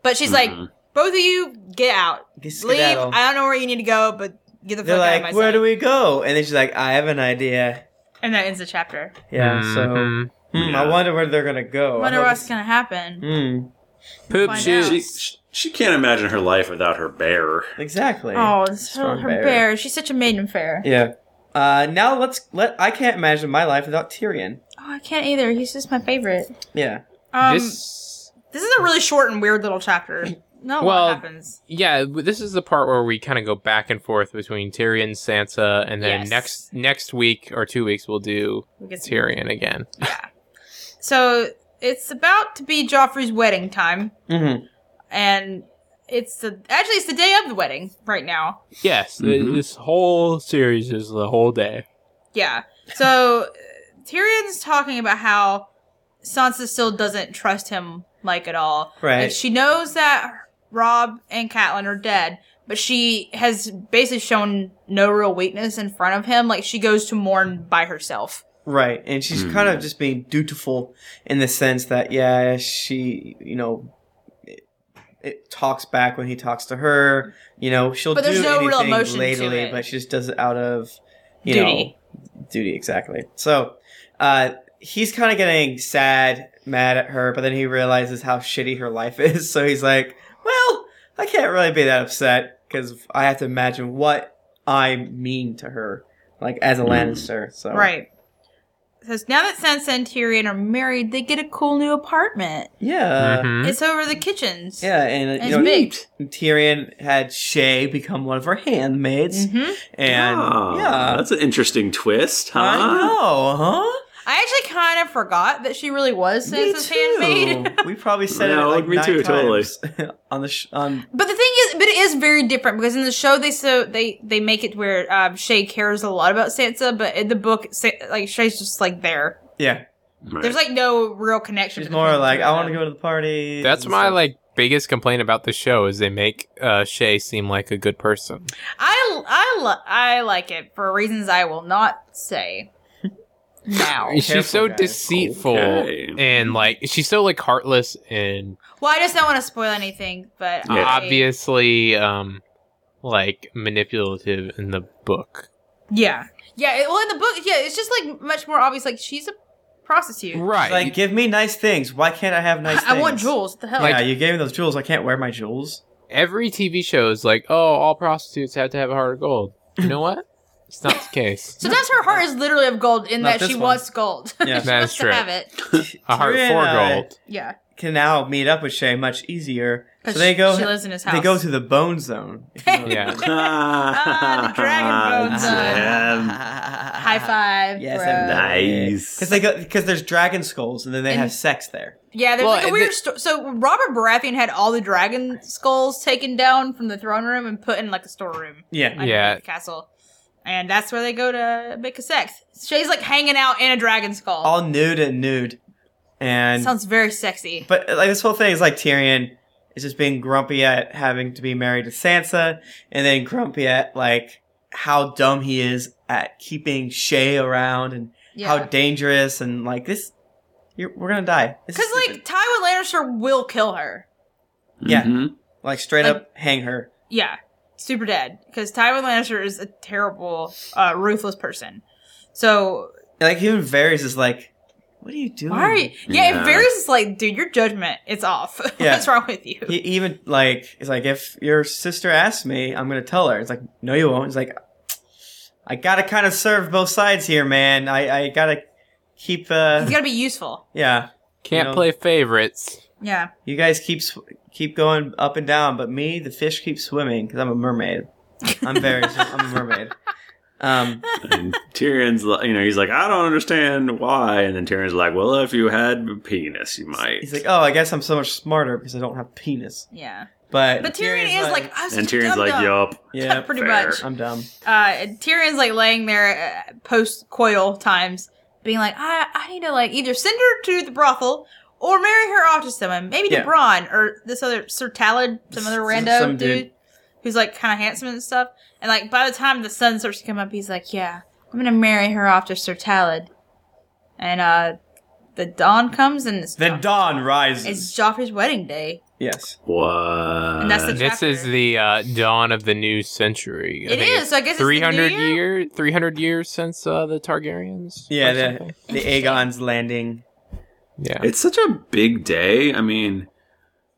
but she's like,
Mhm.
both of you, get out.
This
Leave.
skedaddle.
I don't know where you need to go, but get the fuck
They're
out of
like,
my
where
sight."
do we go? And then she's like, I have an idea.
And that ends the chapter.
Yeah, so
Mhm.
Hmm, I
Yeah.
wonder where they're gonna go.
wonder
Oh, I hope
what's going to happen.
it's- Hmm,
Poop
Find
shoot.
out.
She, she, she can't imagine her life without her bear.
exactly.
Oh, it's her,
Strong
her
bear.
bear. She's such a maiden fair.
Yeah. Uh, now let's let. I can't imagine my life without Tyrion.
Oh, I can't either. He's just my favorite.
Yeah.
Um,
this,
This is a really short and weird little chapter. No
Well-
what happens.
yeah, w- this is the part where we kind of go back and forth between Tyrion, Sansa, and then
Yes.
next next week or two weeks we'll do
We get some-
Tyrion again.
So it's about to be Joffrey's wedding time,
Mm-hmm.
and it's the actually it's the day of the wedding right now.
Yes, th-
Mhm.
this whole series is the whole day.
Yeah. So uh, Tyrion's talking about how Sansa still doesn't trust him like at all.
Right.
Like she knows that Rob and Catelyn are dead, but she has basically shown no real weakness in front of him. Like she goes to mourn by herself.
Right, and she's
Hmm.
kind of just being dutiful in the sense that yeah, she you know it, it talks back when he talks to her. You know, she'll
But there's
do
no real
anything
emotion to
lately,
it.
but she just does it out of you
Duty.
know duty exactly. So uh, he's kind of getting sad, mad at her, but then he realizes how shitty her life is. So he's like, well, I can't really be that upset because I have to imagine what I mean to her, like as a
Hmm.
Lannister. So
Right. So it's- now that Sansa and Tyrion are married, they get a cool new apartment.
Mm-hmm.
Yeah.
Mhm.
It's over the kitchens.
Hmm? Yeah, and, uh,
And
you
it's
know,
big.
Tyrion had Shay become one of her handmaids,
hmm
and
Ah,
yeah,
that's an interesting twist, huh?
I know, huh?
I actually kind of forgot that she really was Sansa's handmaid.
we probably said
No,
it like
me
nine
too, totally.
times on the sh- on.
But the thing is, but it is very different because in the show they so they they make it where um, Shay cares a lot about Sansa, but in the book, Sa- like Shay's just like there.
Yeah,
Right.
There's like no real connection.
she's
between
more
the
like
two
I
of
want to
them.
go to the party.
That's
and
my
stuff.
like biggest complaint about the show is they make uh, Shay seem like a good person.
I I li- I like it for reasons I will not say now.
she's so
guys.
deceitful
Okay.
and like she's so like heartless and
Well, I just don't want to spoil anything, but
Yeah.
I-
obviously um like manipulative in the book.
Yeah, yeah. it- well, in the book, yeah, it's just like much more obvious. Like she's a prostitute.
Right.
She's like give me nice things. Why can't I have nice?
I want
things?
jewels. What the hell?
Yeah, you gave me those jewels. I can't wear my jewels.
Every TV show is like, "Oh, all prostitutes have to have a heart of gold." You know what? It's not the case.
Sometimes her heart is literally of gold in
Not
that she
this one.
wants gold.
Yeah.
she
That
wants
is
to
true.
have it.
A heart for
Tyrion, uh,
gold.
Yeah.
Can now meet up with Shay much easier. So
'Cause
they
she-
go.
She lives in his house.
They go to the bone zone. if you know what I
Yeah.
mean.
Ah, the dragon bones uh,
Damn.
high five.
Yes,
bro.
and
Nice.
Because they go because there's dragon skulls, and then they
And-
have sex there.
Yeah, there's
Well,
like a
and
weird
the-
sto- So Robert Baratheon had all the dragon skulls taken down from the throne room and put in like a storeroom.
Yeah,
under
Yeah.
the castle. and that's where they go to make a sex. Shay's like hanging out in a dragon skull.
all nude and nude. And
Sounds very sexy.
but like this whole thing is like Tyrion is just being grumpy at having to be married to Sansa, and then grumpy at like how dumb he is at keeping Shay around and how dangerous and like this. You're, we're gonna die. This is
Because like
stupid.
Tywin Lannister will kill her.
Yeah.
Mhm.
like straight
like-
up hang her.
Yeah, super dead. Because Tywin Lannister is a terrible, uh, ruthless person. So
And, like even Varys is like, what are you doing?
why? Are you, yeah,
Yeah.
and Varys is like, dude, your judgment it's off.
Yeah.
What's wrong with you?
He even like is like if your sister asks me, I'm gonna tell her. It's like no, you won't. It's like I gotta kind of serve both sides here, man. I I gotta keep uh
He's got to be useful.
yeah.
Can't
You know-
play favorites.
Yeah,
You guys keep sw- keep going up and down, but me, the fish keeps swimming because I'm a mermaid. I'm Varys. I'm a mermaid. Um,
And Tyrion's, li- you know, he's like, I don't understand why. And then Tyrion's like, Well, if you had a penis, you might.
he's like, oh, I guess I'm so much smarter because I don't have penis.
yeah.
But
But Tyrion
Tyrion's
is like, I'm such
and
a
Tyrion's
dumb
like,
dumb.
Yup.
yeah,
pretty
fair.
much.
I'm dumb.
Uh, and Tyrion's like laying there uh, post coil times, being like, I I need to like either send her to the brothel or marry her off to someone, maybe
Yeah.
to Braun or this other Sir Talad, some other
S-
rando
some
dude,
dude.
who's like kind of handsome and stuff. And like by the time the sun starts to come up, he's like, yeah, I'm gonna marry her off to Sir Talad. And uh, the dawn comes and it's
The
Jo-
dawn rises.
it's Joffrey's wedding day.
yes.
What?
And that's the
This is
chapter.
the uh, dawn of the new century. I
It
think
is. so I guess it's the new
three hundred
year?
year, three hundred years since uh, the Targaryens.
Yeah,
or
the,
something.
the Aegon's landing.
yeah.
It's such a big day. I mean,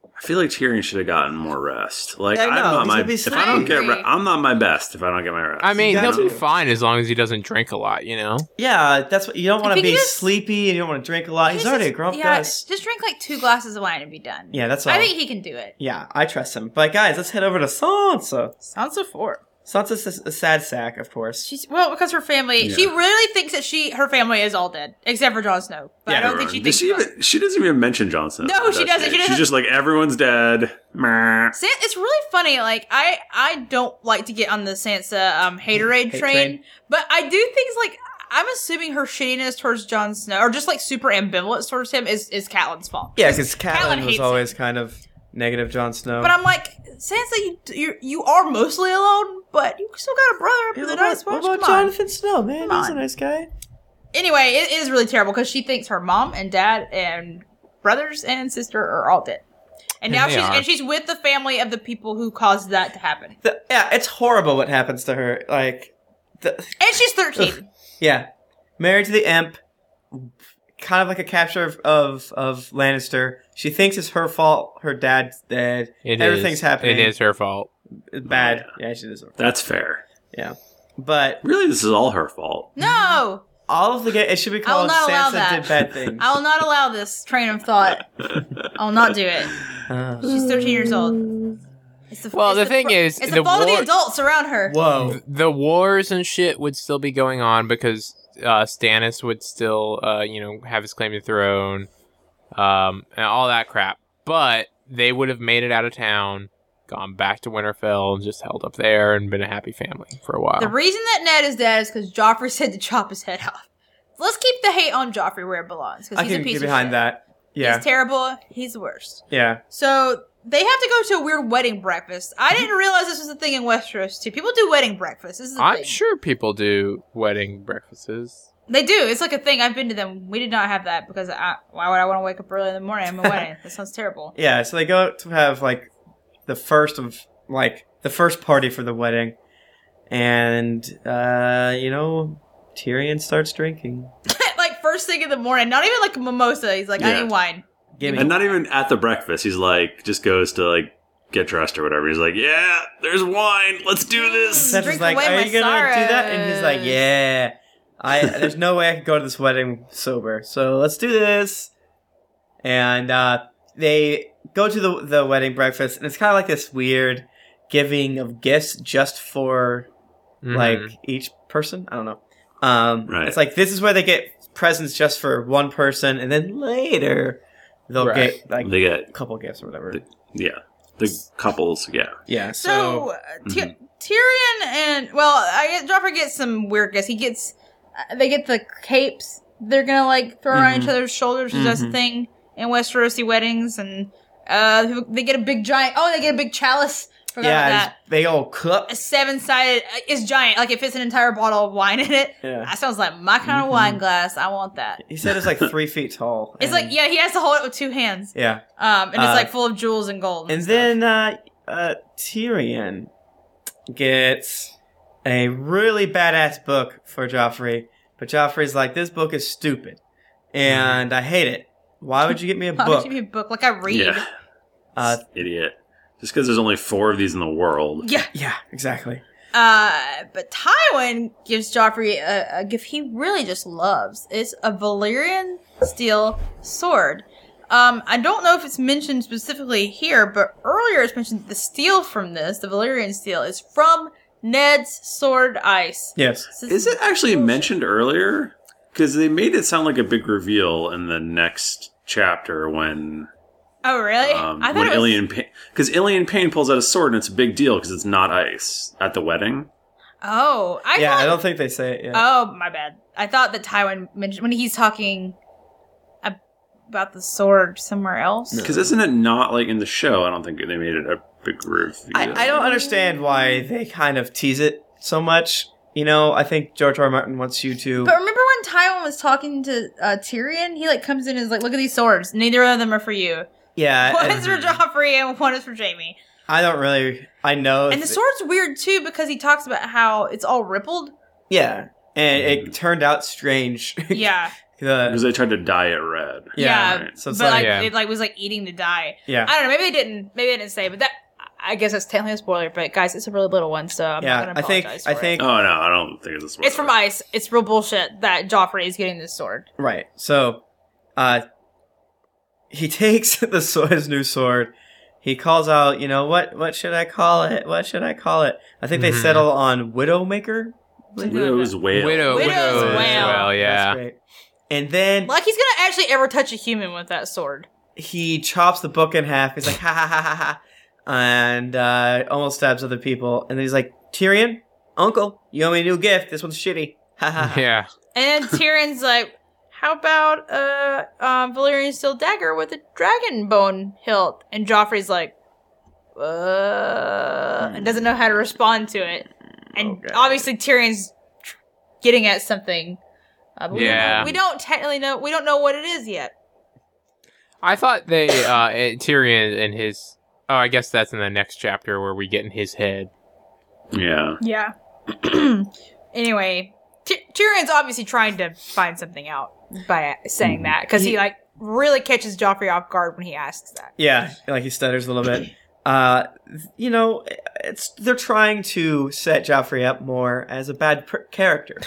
I feel like Tyrion should have gotten more rest. Like
Yeah, I
I'm
know.
not
He's
my
gonna be
if I don't
sleeping.
get
I agree.
re- I'm not my best if I don't get my rest.
I mean,
You
he'll
gotta-
be fine as long as he doesn't drink a lot. You know.
Yeah, that's what you don't want to
think
be
he just-
sleepy and you don't want to drink a lot. Uh, He's
Just-
already a grown up
yeah,
guy.
Just drink like two glasses of wine and be done.
Yeah, that's all.
I think he can do it.
yeah, I trust him. But guys, let's head over to Sansa.
Sansa Four.
Sansa's a, a sad sack, of course.
She's well because her family.
Yeah.
She really thinks that she her family is all dead except for Jon Snow. But I
Yeah,
don't think she
Does
thinks.
she
about-
even she doesn't even mention Johnson.
No, she doesn't. She doesn't-
She's just like everyone's dead. Meh.
San- it's really funny. Like I, I don't like to get on the Sansa um, haterade
Hate
train,
train.
but I do things like I'm assuming her shittiness towards Jon Snow, or just like super ambivalence towards him, is is Catelyn's fault.
Yeah, because
Catelyn
Catelyn
hates
was
him.
always kind of negative Jon Snow.
But I'm like Sansa, you you you are mostly alone, but you still got a brother
Yeah,
with
what
a
about,
nice
what
watch.
about
Come on.
Jonathan Snow, man?
Come
He's a
on.
nice guy.
anyway, it is really terrible because she thinks her mom and dad and brothers and sister are all dead. And
And
now
they
she's
are.
and she's with the family of the people who caused that to happen.
The- yeah, it's horrible what happens to her. Like, the,
And she's thirteen.
yeah, married to the imp, kind of like a capture of, of of Lannister. She thinks it's her fault. Her dad's dead.
It is-
Everything's happening.
It is her fault.
It's bad. Yeah, she does.
That's fair.
But
Really, this is all her fault.
No,
all of the ga- it should be called
not allow
Sansa
that.
did bad things.
I will not allow this train of thought. I'll not do it.
Uh,
She's thirteen years old. It's the,
Well,
it's
the thing
pro-
is,
it's the,
the
fault of
war-
the adults around her.
whoa.
The wars and shit would still be going on because uh, Stannis would still, uh, you know, have his claim to the throne, um, and all that crap. But they would have made it out of town, gone back to Winterfell, and just held up there and been a happy family for a while.
The reason that Ned is dead is because Joffrey said to chop his head off. Let's keep the hate on Joffrey where it belongs because
I
he's a
can
piece
get
of shit.
behind that. Yeah,
He's terrible. He's the worst.
yeah.
So they have to go to a weird wedding breakfast. I didn't realize this was a thing in Westeros too. People do wedding breakfasts. This is a
I'm
thing.
sure people do wedding breakfasts.
They do. It's like a thing. I've been to them. We did not have that because I, why would I want to wake up early in the morning at my wedding? That sounds terrible.
Yeah, so they go to have like the first of like the first party for the wedding, and uh, you know Tyrion starts drinking.
like first thing in the morning. Not even like a mimosa. He's like,
Yeah.
I need wine.
Give me
And not even at the breakfast. He's like just goes to like get dressed or whatever. He's like, Yeah, there's wine. Let's do this.
Seth is
Drink
like,
away
"Are
my
you gonna do that?" And he's like,
sorrows.
"Yeah, I. There's no way I could go to this wedding sober, so let's do this." And uh, they go to the the wedding breakfast, and it's kind of like this weird giving of gifts just for
Mhm.
like each person. I don't know. Um,
Mm-hmm. Right.
It's like this is where they get presents just for one person, and then later they'll
Right.
get like
They get
a couple gifts or whatever.
The- yeah. The couples, yeah.
yeah.
So,
So, mm-hmm.
uh Ty- Tyrion and well, I guess Joffrey gets some weird guess. He gets uh, they get the capes. They're gonna like throw around
Mhm.
each
Mm-hmm.
other's shoulders. 'cause That's the
Mhm.
thing in Westerosi weddings, and uh, they get a big giant. Oh, they get a big chalice. Forgot about
yeah,
that.
it's- they all cup.
A seven sided is giant. Like it fits an entire bottle of wine in it.
Yeah.
That sounds like my kind
Mhm.
of wine glass. I want that.
He said it's like three feet tall.
It's like
Mm-hmm. and-
yeah, he has to hold it with two hands.
yeah.
Um, and it's
Uh,
like full of jewels and gold.
And
stuff.
then uh, uh, Tyrion gets a really badass book for Joffrey, but Joffrey's like, "This book is stupid,
Mm-hmm.
and I hate it. Why would you get me a
Why would
book?"
you be a book like I read?
Yeah.
uh,
Idiot. Just because there's only four of these in the world.
yeah.
yeah, exactly.
Uh, but Tywin gives Joffrey a, a gift he really just loves. It's a Valyrian steel sword. Um, I don't know if it's mentioned specifically here, but earlier it's mentioned the steel from this, the Valyrian steel, is from Ned's sword ice.
Yes.
So this
Is it actually mentioned earlier? Because they made it sound like a big reveal in the next chapter when
Oh, really?
um,
I
when
thought it was.
Ilian because Ilian Payne pulls out a sword and it's a big deal because it's not ice at the wedding.
Oh, I
yeah,
thought.
I Uh, don't think they say it. Yeah.
oh, my bad. I thought that Tywin mentioned when he's talking ab- about the sword somewhere else.
Because isn't it not like in the show? I don't think they made it a big reveal.
I, I don't understand why they kind of tease it so much. You know, I think George R. R. Martin wants you to.
But remember when Tywin was talking to uh, Tyrion? He like comes in and is like, "Look at these swords. Neither of them are for you.
yeah,
One
and
is for Joffrey and one is for Jamie."
I don't really. I know.
And the
if-
sword's weird too because he talks about how it's all rippled.
Yeah, and it turned out strange.
Yeah,
The-
Because they tried to dye it red.
yeah.
right.
but
So it's
like,
like-
Yeah.
it like was like eating the dye.
yeah.
I don't know. Maybe they didn't. Maybe they didn't say. But that I guess that's technically a spoiler. But guys, it's a really little one, so I'm
Yeah,
not gonna
I think-
apologize
I
for it.
think-
Oh no, I don't think it's a sword.
it's from Ice. It's real bullshit that Joffrey is getting this sword.
Right. So, uh, he takes the sw- his new sword. He calls out, you know, what what should I call it? What should I call it? I think they
Mhm.
settle on Widowmaker.
Widow's Wail.
Widow,
Widow's
Widow's
Wail.
Wail,
That's
Oh, yeah.
great. And then
Like he's gonna actually ever touch a human with that sword.
he chops the book in half. He's like, ha ha ha ha ha, and uh, almost stabs other people. And then he's like, Tyrion, Uncle, you owe me a new gift. This one's shitty. Ha ha. ha.
Yeah.
And then Tyrion's like, "How about a uh, um, Valyrian steel dagger with a dragon bone hilt?" And Joffrey's like, "Uh," and doesn't know how to respond to it. And
Okay.
obviously Tyrion's tr- getting at something. Uh, but we don't know-
Yeah.
we don't technically know. We don't know what it is yet.
I thought they uh eh, Tyrion and his Oh, I guess that's in the next chapter where we get in his head.
Yeah.
Yeah. anyway, Ty- Tyrion's obviously trying to find something out by saying that because he like really catches Joffrey off guard when he asks that.
Yeah, like he stutters a little bit. Uh, th- you know, it's they're trying to set Joffrey up more as a bad per- character.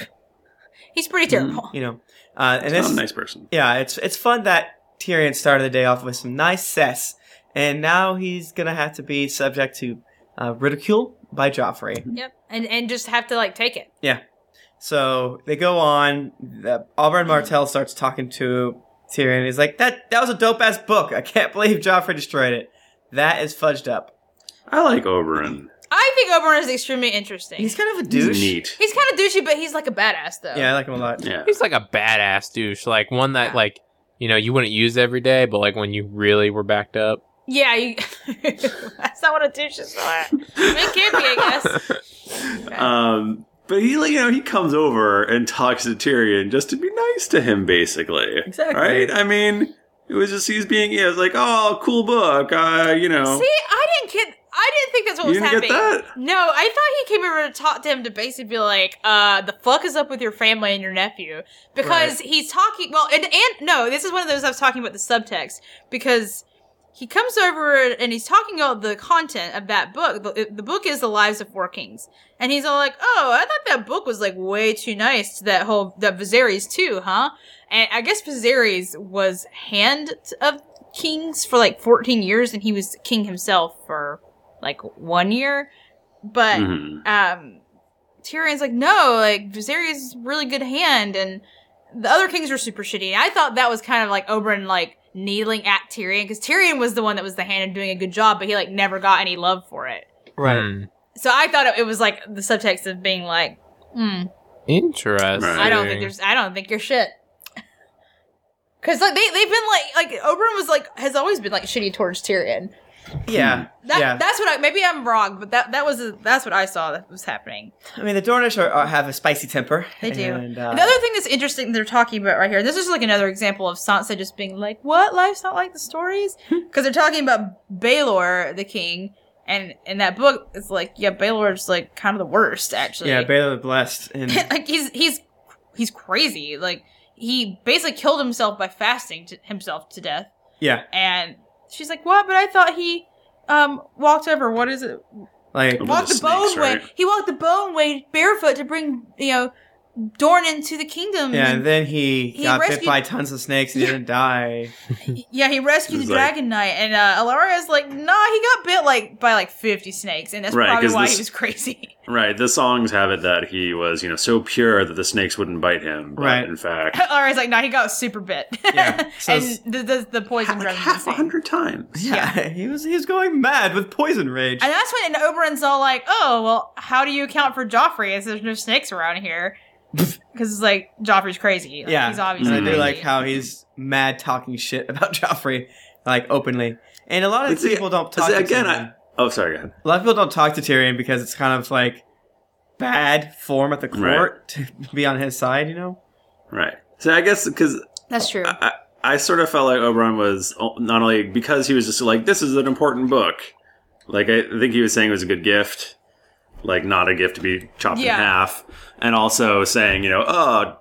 He's pretty terrible.
You know, uh, and
Not
it's
a nice person.
yeah, it's it's fun that Tyrion started the day off with some nice cess, and now he's gonna have to be subject to uh, ridicule by Joffrey.
Yep. And and just have to like take it.
So they go on. The, Auburn Martell starts talking to Tyrion. He's like, "That that was a dope ass book. I can't believe Joffrey destroyed it. That is fudged up.
I like Oberon.
I think Oberon is extremely interesting.
He's
He's,
kind of a
He's
douche.
neat.
kind of douchey, but he's like a badass though.
Yeah, I like him a lot.
Yeah.
He's like a badass douche, like one that like you know, you wouldn't use every day, but like when you really were backed up.
Yeah. You, that's not what a douche is for. I mean, it can be, I guess.
Um, but he, like, you know, he comes over and talks to Tyrion just to be nice to him, basically.
Exactly.
Right? I mean, it was just he's being. Yeah, it was like, oh, cool book. Uh, you know.
See, I didn't get. I didn't think that's what
You
was happening.
didn't get that?
No, I thought he came over to talk to him to basically be like, uh, the fuck is up with your family and your nephew? Because he's talking, well, and, and no, this is one of those I was talking about the subtext, because he comes over and he's talking about the content of that book. The, the book is The Lives of Four Kings. And he's all like, oh, I thought that book was like way too nice to that whole, that Viserys too, huh? And I guess Viserys was hand of kings for like 14 years and he was king himself for like one year. But
Mhm.
um, Tyrion's like, no, like Viserys is a really good hand, and the other kings were super shitty. I thought that was kind of like Oberyn like kneeling at Tyrion because Tyrion was the one that was the hand and doing a good job, but he like never got any love for it.
Hmm.
So I thought it, it was like the subtext of being like, hmm,
Interesting.
Right.
I don't think there's, I don't think you're shit. Cause like they they've been like like Oberon was like has always been like shitty towards Tyrion.
Hmm.
Yeah,
That
yeah.
that's what I maybe I'm wrong, but that that was that's what I saw that was happening.
I mean, the Dornish are, are, have a spicy temper.
They do.
And, uh,
Another thing that's interesting they're talking about right here, this is like another example of Sansa just being like, "What? Life's not like the stories?" Because they're talking about Baelor the king, and in that book, it's like, yeah, Baelor's like kind of the worst actually.
yeah, Baylor the Blessed, and
like he's he's he's crazy. Like he basically killed himself by fasting to, himself to death,
yeah,
and she's like, "What? But I thought he." Um, walked over. What is it?
like
Over
walked
the
the, bone
snakes,
way.
right?
He walked the bone way barefoot to bring you know Dorn into the kingdom.
yeah.
and
And then he,
He
got bit
rescued-
by tons of snakes and
Yeah.
didn't die.
Yeah, he rescued
He's
the
like-
Dragon Knight, and uh, Alaria's like, nah, he got bit like by like fifty snakes, and that's
Right,
probably
'cause
why
this-
he was crazy.
Right, the songs have it that he was, you know, so pure that the snakes wouldn't bite him. But
Right.
in fact,
Alaria's like, nah, he got super bit.
Yeah, so
and
it's-
the, the, the poison
like
dragon.
half a hundred times.
Yeah, he was he was going mad with poison rage.
And that's when Oberon's all like, oh well, how do you account for Joffrey? As there's no snakes around here, because it's like Joffrey's crazy. Like,
yeah,
he's obviously
And I do
crazy.
like how he's mad talking shit about Joffrey, like openly. And a lot of
It's-
people don't
See,
talk to
again,
Tyrion.
I, oh, sorry, go ahead.
A lot of people don't talk to Tyrion because it's kind of like bad form at the
Right.
court to be on his side, you know?
Right. So I guess because
that's true.
I, I sort of felt like Oberon was o- not only because he was just like this is an important book, like I think he was saying it was a good gift, like not a gift to be chopped
Yeah.
in half, and also saying you know oh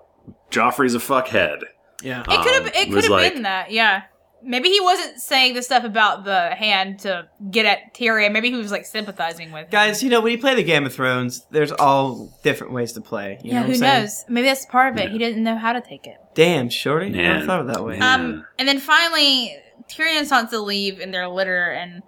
Joffrey's a fuckhead.
Yeah.
It could have.
um,
It could
was
have
like-
been that. Yeah. Maybe he wasn't saying the stuff about the hand to get at Tyrion. Maybe he was like sympathizing with. him.
Guys, you know, when you play the Game of Thrones, there's all different ways to play. You
yeah,
know what I'm
who
saying?
knows? Maybe that's part of it. He didn't know how to take it.
Damn, Shorty. I
Yeah.
never thought of it that way.
Yeah.
Um, and then finally, Tyrion and Sansa leave in their litter, and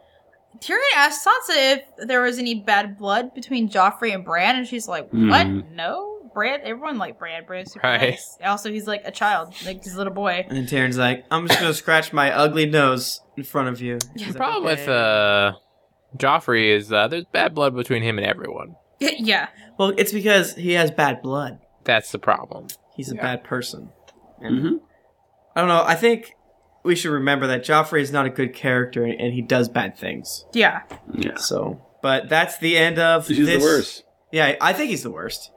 Tyrion asks Sansa if there was any bad blood between Joffrey and Bran, and she's like, "What?
Mhm.
No, Bran. Everyone liked Bran. Bran's super
Right.
nice. Also, he's like a child, like his little boy.
And then Tyrion's like, I'm just going to scratch my ugly nose in front of you.
The
He's like,
problem
"Okay."
with uh, Joffrey is uh, there's bad blood between him and everyone.
yeah,
Well, it's because he has bad blood.
That's the problem.
He's a
Yeah.
bad person.
Mhm.
I don't know. I think we should remember that Joffrey is not a good character and, and he does bad things.
yeah.
Yeah,
So, but that's the end of
she's
this.
the worst.
Yeah, I think he's the worst.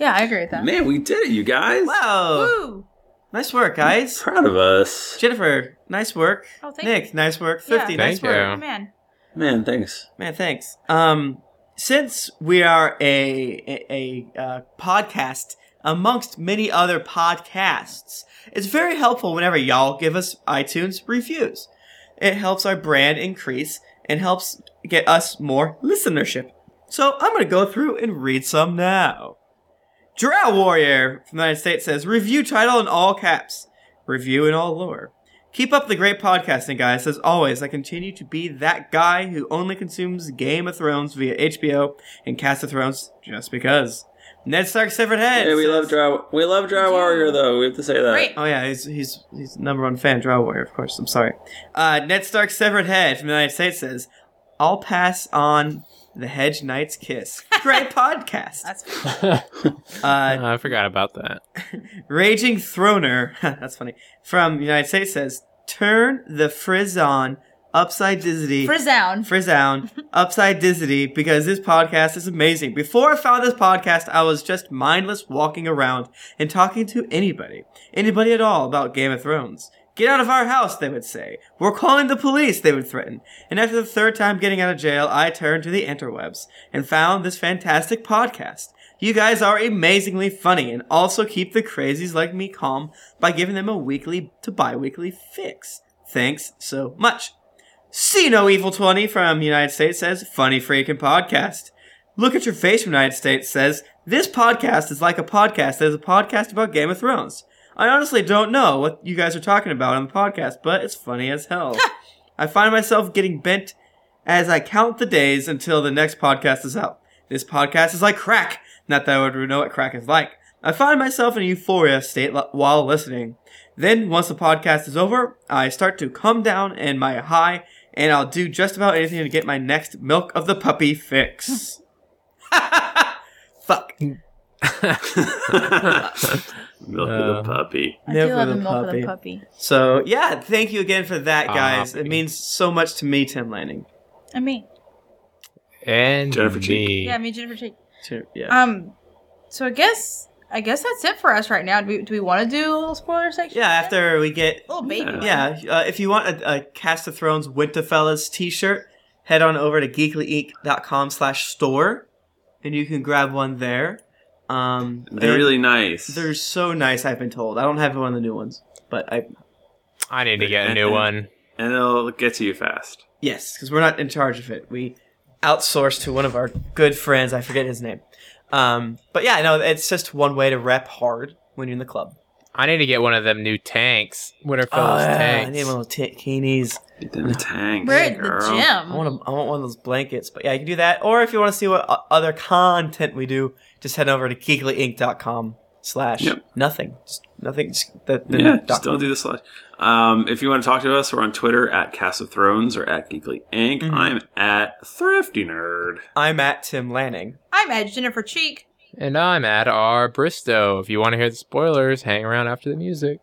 Yeah, I agree with that.
Man, we did it, you guys.
Wow.
Woo!
Nice work, guys.
Proud of us.
Jennifer, nice work.
Oh, thank
Nick, nice work. Thrifty,
Yeah.
nice
Thank
work.
Yeah.
man.
Man, thanks.
Man, thanks. Um, since we are a a, a uh, podcast amongst many other podcasts, it's very helpful whenever y'all give us iTunes reviews. It helps our brand increase and helps get us more listenership. So I'm gonna go through and read some now. Drow Warrior from the United States says review title in all caps, review in all lower. Keep up the great podcasting, guys. As always, I continue to be that guy who only consumes Game of Thrones via HBO and Cast of Thrones just because. Ned Stark's severed head.
Hey, we
says-
love Dry. We love Dry Warrior, though. We have to say that.
Great.
Oh yeah, he's he's he's number one fan, Drow Warrior, of course. I'm sorry. Uh, Ned Stark's severed head from the United States says, "I'll pass on the Hedge Knight's kiss." Great podcast.
That's
Uh,
I forgot about that.
Raging Throner, that's funny, from United States says, turn the frizzon upside dizzity.
Frizown.
Frizown upside dizzity because this podcast is amazing. Before I found this podcast, I was just mindless walking around and talking to anybody, anybody at all about Game of Thrones. Get out of our house, they would say. We're calling the police, they would threaten. And after the third time getting out of jail, I turned to the interwebs and found this fantastic podcast. You guys are amazingly funny and also keep the crazies like me calm by giving them a weekly to bi-weekly fix. Thanks so much. See No Evil 20 from United States says, funny freaking podcast. Look at your face from United States says, this podcast is like a podcast that is a podcast about Game of Thrones. I honestly don't know what you guys are talking about on the podcast, but it's funny as hell. I find myself getting bent as I count the days until the next podcast is out. This podcast is like crack. Not that I would know what crack is like. I find myself in a euphoria state li- while listening. Then, once the podcast is over, I start to come down and my high and I'll do just about anything to get my next milk of the puppy fix. Fuck.
Milk of the puppy.
I
Milk
do
of
love
the
the milk of the
puppy.
puppy.
So yeah, thank you again for that, guys.
Puppy.
It means so much to me, Tim Lanning.
I mean,
And
Jennifer Cheek.
me.
Yeah, me and Jennifer Cheek.
To-
Uh,
yeah.
Um, so I guess I guess that's it for us right now. Do we, do we want to do a little spoiler section?
yeah. After we get
little baby.
Yeah.
Yeah, uh, if you want a, a Cast of Thrones Winterfellas t-shirt, head on over to geeklyinc.com slash store, and you can grab one there. Um,
They're really nice.
they're so nice. I've been told. I don't have one of the new ones, but I
I need to get a
Mm-hmm.
new one.
and they'll get to you fast.
yes, because we're not in charge of it. We outsource to one of our good friends. I forget his name. Um, but yeah, no, it's just one way to rep hard when you're in the club.
I need to get one of them new tanks. Winterfell's
Oh, yeah, I
tanks.
need one of those tankinis.
Get them tanks.
We're at the
girl.
gym.
I want, a, I want one of those blankets, but yeah, you can do that. Or if you want to see what o- other content we do, just head over to geeklyinc.com slash
Yep.
nothing. Just nothing. Just the, the
Yeah,
doc-
just don't do the slash. Um, if you want to talk to us, we're on Twitter at Cast of Thrones or at Geekly Inc. I'm at Thrifty Nerd.
I'm at Tim Lanning.
I'm at Jennifer Cheek.
And I'm at R Bristow. If you want to hear the spoilers, hang around after the music.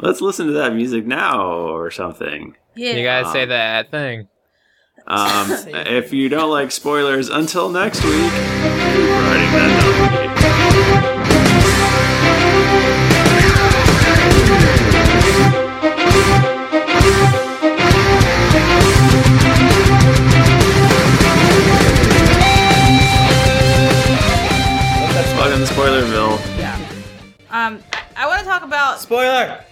Let's listen to that music now or something.
Yeah.
You gotta say
Um,
that thing.
Um, if you don't like spoilers, until next week. keep riding that donkey. Welcome to Spoilerville.
um, I want to talk about.
Spoiler!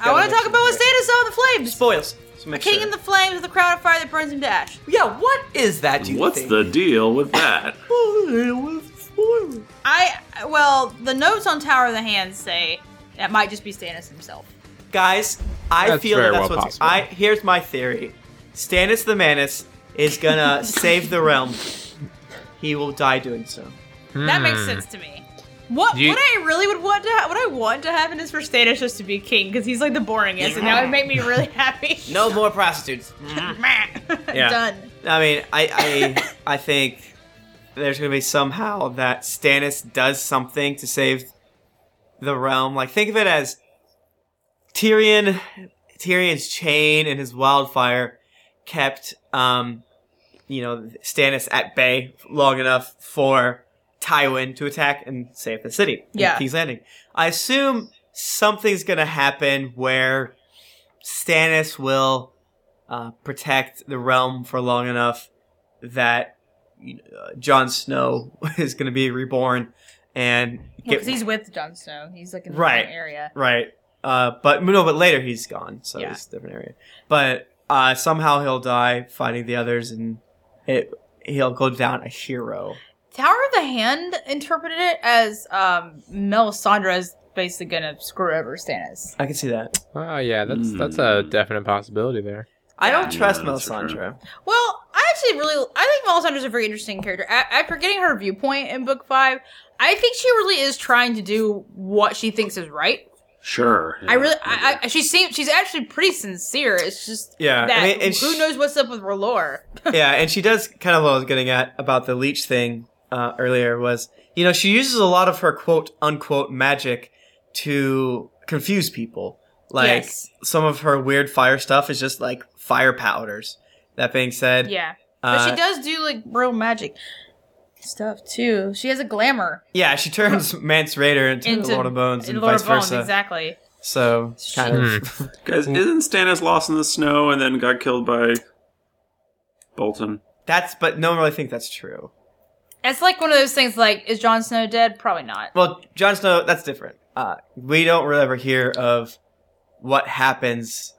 I want to talk about what Santa saw in the flames.
Spoils. So
A king in the flames with a crowd of fire that burns him to ash.
Yeah, what is that, do you
What's
think?
the deal with that?
Spoiler with spoiler.
I well, the notes on Tower of the Hands say that might just be Stannis himself.
Guys, I
That's
feel that
very
that's
well
what's.
possible.
I Here's my theory Stannis the Manus is gonna save the realm. He will die doing so.
That
Hmm.
makes sense to me. What
You-
what I really would want to ha- what I want to happen is for Stannis just to be king because he's like the boringest, and that would make me really happy.
No more prostitutes. Yeah.
Done.
I mean, I I, I think there's going to be somehow that Stannis does something to save the realm. Like think of it as Tyrion Tyrion's chain and his wildfire kept um you know Stannis at bay long enough for Tywin to attack and save the city.
Yeah.
King's Landing. I assume something's going to happen where Stannis will uh, protect the realm for long enough that uh, Jon Snow is going to be reborn and
Because he's with Jon Snow. He's like in the
Right.
same area.
right. Uh, but no, but later he's gone, so
Yeah.
it's a different area. But uh, somehow he'll die fighting the others, and it he'll go down a hero.
Tower of the Hand interpreted it as um, Melisandre is basically gonna screw over Stannis.
I can see that.
Oh yeah, that's that's a definite possibility there.
I don't
Yeah,
trust
that's for sure.
Melisandre.
Well, I actually really I think Melisandre's a very interesting character. A- after getting her viewpoint in book five, I think she really is trying to do what she thinks is right.
Sure.
I really,
yeah,
I, I, she seems she's actually pretty sincere. It's just
Yeah, I
that
mean, and
who
she-
knows what's up with R'hllor.
yeah, and she does kind of what I was getting at about the leech thing uh, earlier was, you know, she uses a lot of her quote unquote magic to confuse people. Like
Yes.
some of her weird fire stuff is just like fire powders. That being said,
Yeah, but
uh,
she does do like real magic stuff too. She has a glamour
yeah, she turns Mance Raider into,
Into-
Lord of Bones
in
and
Lord
vice
of Bones,
versa.
exactly.
So kind of
Guys, isn't Stannis lost in the snow and then got killed by Bolton?
that's, but no one really think that's true.
It's like one of those things. Like, is Jon Snow dead? Probably not.
Well, Jon Snow, that's different. Uh, we don't really ever hear of what happens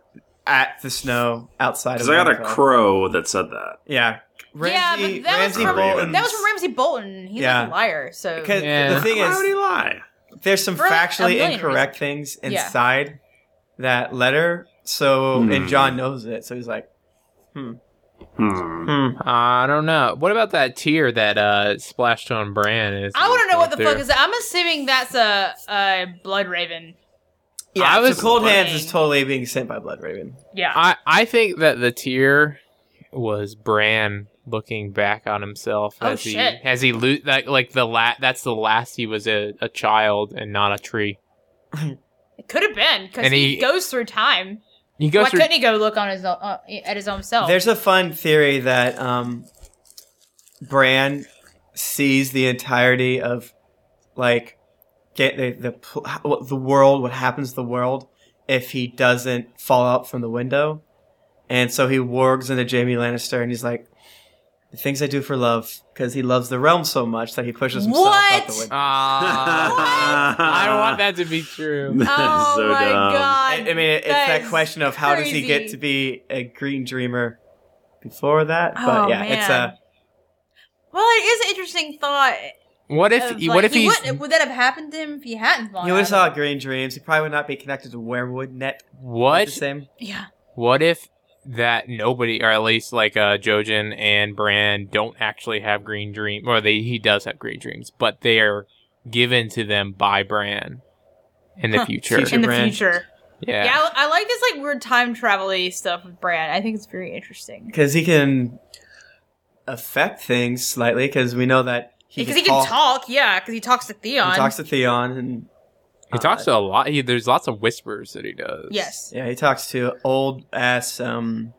at the snow outside of.
Because I got a
Winterfell.
crow that said that.
Yeah.
Yeah, but that was
Ramsay
from-
Bolton.
That was from Ramsay Bolton. He's
Yeah.
like a liar. So
Because
Yeah.
the thing
Why would he
is,
lie?
there's some
For a- a
factually
million
incorrect things
Yeah.
inside that letter. So
Hmm.
and John knows it. So he's like,
Hmm.
hmm.
I don't know. What about that tear that uh splashed on Bran? Is
I want to know what the
there?
fuck is that. I'm assuming that's a, a blood raven.
Yeah,
I was
so Cold Hands
playing-
is totally being sent by Blood Raven.
Yeah.
I I think that the tear was Bran looking back on himself
Oh,
as
shit.
he as he lo- that, like the la- that's the last he was a, a child and not a tree.
It could have been because
And
he,
he-
goes through time.
He goes
Why
through
couldn't he go look on his o- uh, at his own self?
There's a fun theory that um, Bran sees the entirety of like get the the pl- what- the world, what happens to the world if he doesn't fall out from the window, and so he wargs into Jamie Lannister, and he's like. The things I do for love, because he loves the realm so much that he pushes himself out the
What?
window.
Ah, I want that to be true.
That is
oh
so
my
dumb.
god!
I, I mean, it, it's
that
that
is
question of how does he get
crazy.
to be a green dreamer before that?
Oh,
But yeah, it's
man.
a
Well, it is an interesting thought.
What if
of,
he-
Uh, like,
what if
he
he's
would, would that have happened to him if he hadn't fallen?
He would have
out
saw Green Dreams. He probably would not be connected to Wormwood Net. The
what
same.
of- Yeah.
what if that nobody or at least like uh Jojen and Bran don't actually have green dream or they he does have green dreams, but they are given to them by Bran in the
Huh.
future.
Future.
In the
Brand.
future.
Yeah.
Yeah, I, I like this like weird time travel stuff with Brand. I think it's very interesting.
Because he can affect things slightly, because we know that he,
Because he can talk, yeah. Because he talks to
He
Theon.
talks to Theon, and
He talks to a lot. He, there's lots of whispers that he does.
yes.
yeah, he talks to old ass um,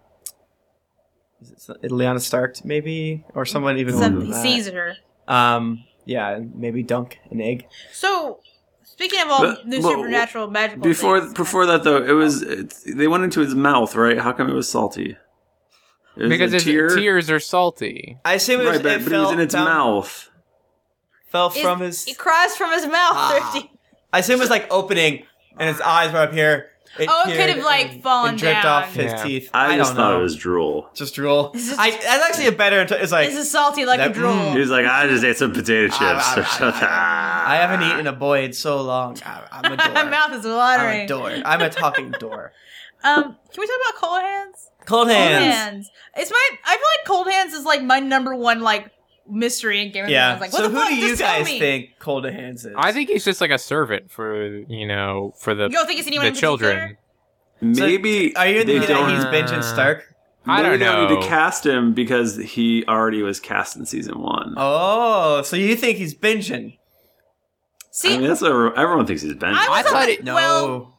is it Ileana Stark, maybe, or someone even older
Some,
than
he
that.
sees her.
Um, yeah, and maybe Dunk an egg.
So speaking of all
But-
the
but
supernatural magical
Before
things,
before that though, it was it's they went into his mouth, right? How come it was salty? It was
Because
a
his
tear,
tears are salty.
I assume it was,
right? But, but
it
it was
fell
in its
down-
mouth.
Fell
It-
from his.
he cries from his mouth.
Ah.
Thrifty.
I assume it was like opening, and his eyes were up here.
Oh, it
teared
could've, like,
and-
fallen
and dripped
down.
off his
Yeah.
teeth.
I, just
don't
thought
know.
it was drool.
Just drool.
This is-
I, that's actually a better. int- It's like
This is salty like
That-
a drool.
mm.
He was like, I just ate some potato chips.
I haven't e-
Ah.
eaten a boy in so long. I, I'm a door.
My mouth is
I'm a
watering.
door. I'm a talking door.
Um, can we talk about cold hands?
Cold
Cold
hands.
hands. It's my. I feel like cold hands is like my number one like mystery in Game of
Yeah.
Thrones. Like, what
so
the
who
fuck?
do you
Just tell
guys
me.
think cold hands is?
I think he's just like a servant for you know for the
You don't think it's anyone
the
in
children.
Maybe
Are
they
you thinking that
don't.
he's Benjamin Stark?
I
maybe
don't
they don't need
know.
to cast him because he already was cast in season one.
Oh, so you think he's Benjamin?
See,
I mean, that's what everyone- everyone thinks he's Benjamin.
I
I
was on
thought
the,
it-
No.
Well,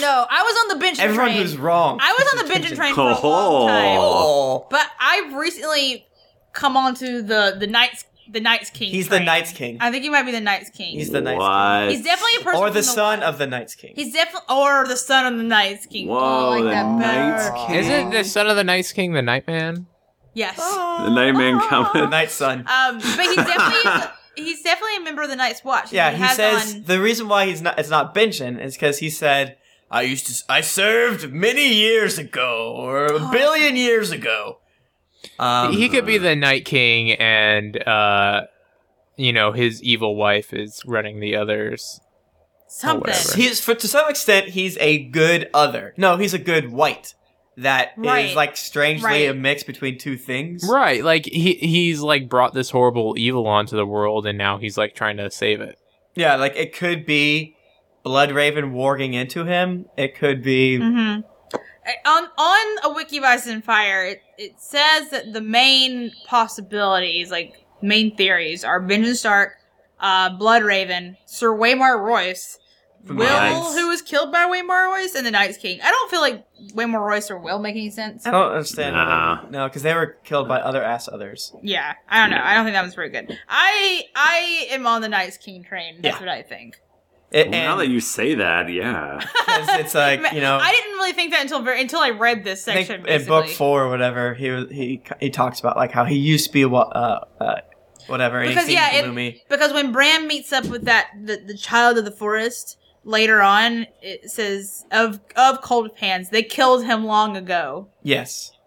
no, I was on the Benjamin
Everyone
train.
who's wrong.
I was on the Benjamin train for a long time,
Oh.
but I've recently come onto the the Knights the Knights King.
He's the
train.
Knights King.
I think he might be the Knights King.
He's the nice
What?
He's definitely a person
Or
from
the son
West.
of the Knights King.
He's definitely or the son of the Knights King.
Whoa,
Oh, I like
the
that better.
Night's King.
Isn't the son of the Night King the Nightman?
Yes.
Oh.
The Nightman
The
coming.
Knight Son.
Um, but he's definitely he's definitely a member of the Night's Watch.
Yeah, he
has
says
on-
the reason why he's not it's not Benjamin is because he said I used to I served many years ago or
Oh.
a billion years ago. Um,
he could be the Night King, and uh, you know his evil wife is running the others.
something.
whatever.
he's for to some extent he's a good other. No, he's a good white that is
Right.
like strangely a
Right.
mix between two things.
Right, like he he's like brought this horrible evil onto the world, and now he's like trying to save it.
Yeah, like it could be Blood Raven warging into him. It could be
Mhm. Uh, On on a wiki Bison Fire, it, it says that the main possibilities, like main theories, are Benjamin Stark, uh, Blood Raven, Sir Waymar Royce,
From
Will,
Knights.
who was killed by Waymar Royce, and the Night's King. I don't feel like Waymar Royce or Will make any sense.
I don't understand.
Nah.
No, because they were killed by other ass others.
Yeah, I don't know. I don't think that was very good. I I am on the Night's King train. That's
Yeah.
what I think.
It,
Well, now
and-
that you say that, yeah.
'Cause it's like, you know-
I didn't really think that until very, until I read this
I
section.
think in book
basically.
four or whatever, he was- he he talks about like how he used to be wa- uh, uh whatever. and he
Because,
sees
yeah, it-
Lumi.
Because when Bran meets up with that the, the child of the forest later on, it says of of cold pans, they killed him long ago.
yes.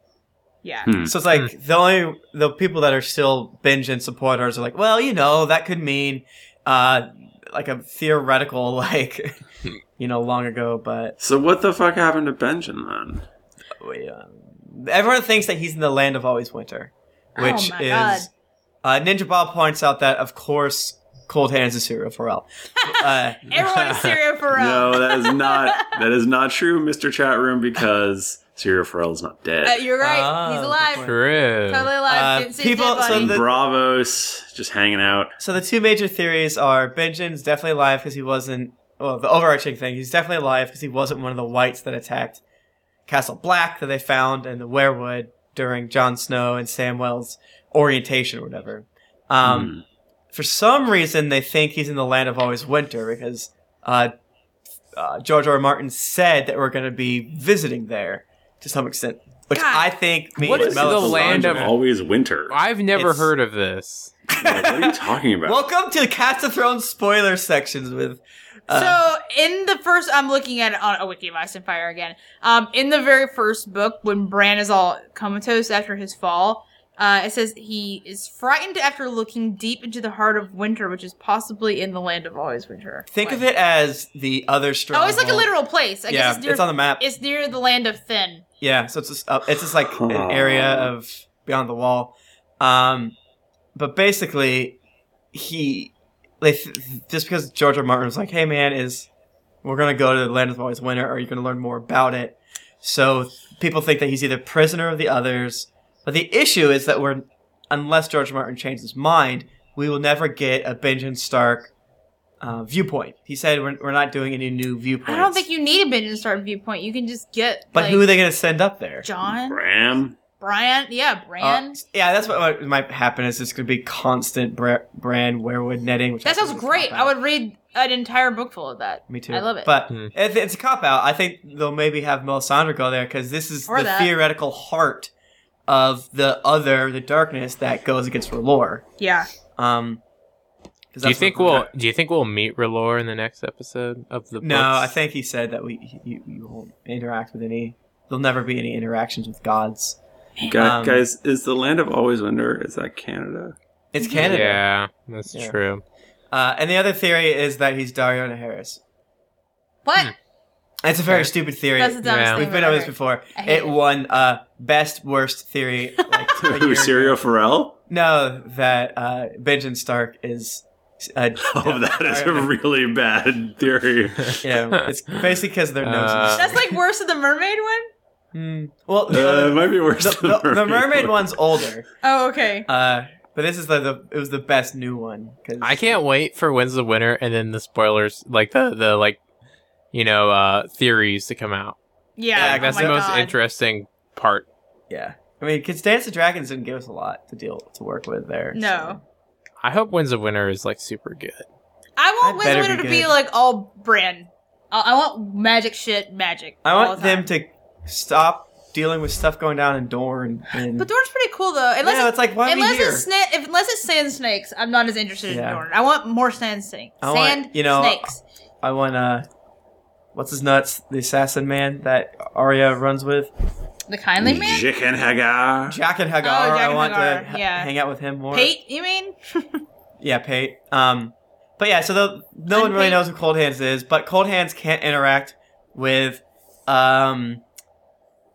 Yeah.
Hmm.
So it's like the only the people that are still Benjamin supporters are like, well, you know, that could mean uh like a theoretical like you know long ago, but
So what the fuck happened to Benjamin then?
we, um, everyone thinks that he's in the land of always winter,
Oh
which
my
is uh, Ninja Bob points out that of course Cold Hands is Serial Pharrell. Uh,
Everyone is Syria for us.
No, that is not that is not true, Mr. Chatroom, because Serial Pharrell is not dead.
Uh, you're right.
Ah,
He's
good
alive.
True.
Totally alive.
Uh,
Didn't see his
people-
dead
so
body.
the-
Bravos, just hanging out.
so the two major theories are Benjamin's definitely alive because he wasn't. Well, the overarching thing, he's definitely alive because he wasn't one of the whites that attacked Castle Black that they found in the Werewood during Jon Snow and Samwell's orientation or whatever. Um,
Hmm.
for some reason they think he's in the land of always winter because uh, uh, George R. R. Martin said that we're going to be visiting there to some extent, which
God.
I think means
What is
Well,
the
it's
Melisandre.
land of-
always winter?
I've never
It's-
heard of this.
Yeah, what are you talking about?
Welcome to Cast of Thrones spoiler sections with. Uh,
so in the first, I'm looking at uh, it on a wiki of Ice and Fire again. Um, in the very first book, when Bran is all comatose after his fall, uh, it says he is frightened after looking deep into the heart of winter, which is possibly in the land of always winter.
think of
Like-
it as the other
Oh,
stronghold.
it's like a literal place. I
yeah,
guess it's near,
it's on the map.
it's near the land of Thin.
Yeah, so it's just, uh, it's just like an area of beyond the wall. Um, but basically, he they th- just because George R. R. Martin was like, "Hey, man, is we're gonna go to the land of always winter? Are you gonna learn more about it?" So people think that he's either prisoner of the others, but the issue is that we're unless George R. R. Martin changes his mind, we will never get a Benjamin Stark uh, viewpoint. He said we're, we're not doing any new viewpoints.
I don't think you need a Benjamin Stark viewpoint. You can just get
But
like,
who are they gonna send up there?
John
Bram.
Bran. Yeah,
Uh,
Bran.
yeah, that's what, what might happen. Is it's going to be constant bra- brand werewood netting. Which I
that
think
sounds
is a
great. I
cop-out.
would read an entire book full of that.
Me too.
I love it.
But
Hmm.
if it's a cop out. I think they'll maybe have Melisandre go there because this is
Or
the
that.
theoretical heart of the other, the darkness that goes against R'hllor.
yeah.
Um, 'cause
Do you
that's
think
what-
we'll Do you think we'll meet Relore in the next episode of the?
No,
books?
I think he said that we you, you won't interact with any. There'll never be any interactions with gods.
Gu-
Um,
guys, is the land of always winter? Is that Canada?
It's
Mm-hmm.
Canada.
Yeah, that's
Yeah.
true.
Uh, and the other theory is that he's Dario Harris.
What?
It's a very
Okay.
stupid theory.
That's the dumbest
Yeah.
thing
Hmm. We've
I've
been
ever
over this
heard.
before.
I hate
It
it.
won uh, best worst theory. Like, a year
Who, Serial
ago.
Pharrell?
No, that uh, Benjamin Stark is. Uh,
Oh, that is a
Iron Man.
really bad theory.
Yeah, it's basically because their noses.
Uh,
That's like worse than the mermaid one?
Hmm. Well, the,
Uh, it
other-
might be worse
the,
than
the- the mermaid one's older,
Oh, okay.
uh, but this is the, the it was the best new one. 'cause-
I can't wait for when's the winner, and then the spoilers, like the the like, you know, uh theories to come out.
Yeah.
Yeah,
Like, that's
oh my
the most
God.
interesting part.
Yeah, I mean, because Dance of Dragons didn't give us a lot to deal to work with there.
No.
I hope when's the winner is like super good.
I
That
want Wiz
better
Winter
be
to be
good.
like all brand. I, I want magic shit, magic.
I
all
want
the
them
time.
to stop dealing with stuff going down in Dorne. And,
But Dorn's pretty cool though. Unless
yeah,
it-
it's like why are we
unless
here?
it's sna- if, unless it's sand snakes, I'm not as interested
Yeah.
in Dorn. I want more sand snakes.
I
Sand
want, you know,
snakes.
I want uh what's his nuts, the assassin man that Arya runs with.
The kindly man?
Chicken Hagar.
Jack and Hagar.
Oh, Jack
I
and
want to
Hagar,
ha-
yeah.
hang out with him more.
Pate, you mean?
Yeah, Pate. Um but yeah, so the, no one
And
really
Pate.
knows who Cold Hands is, but Cold Hands can't interact with um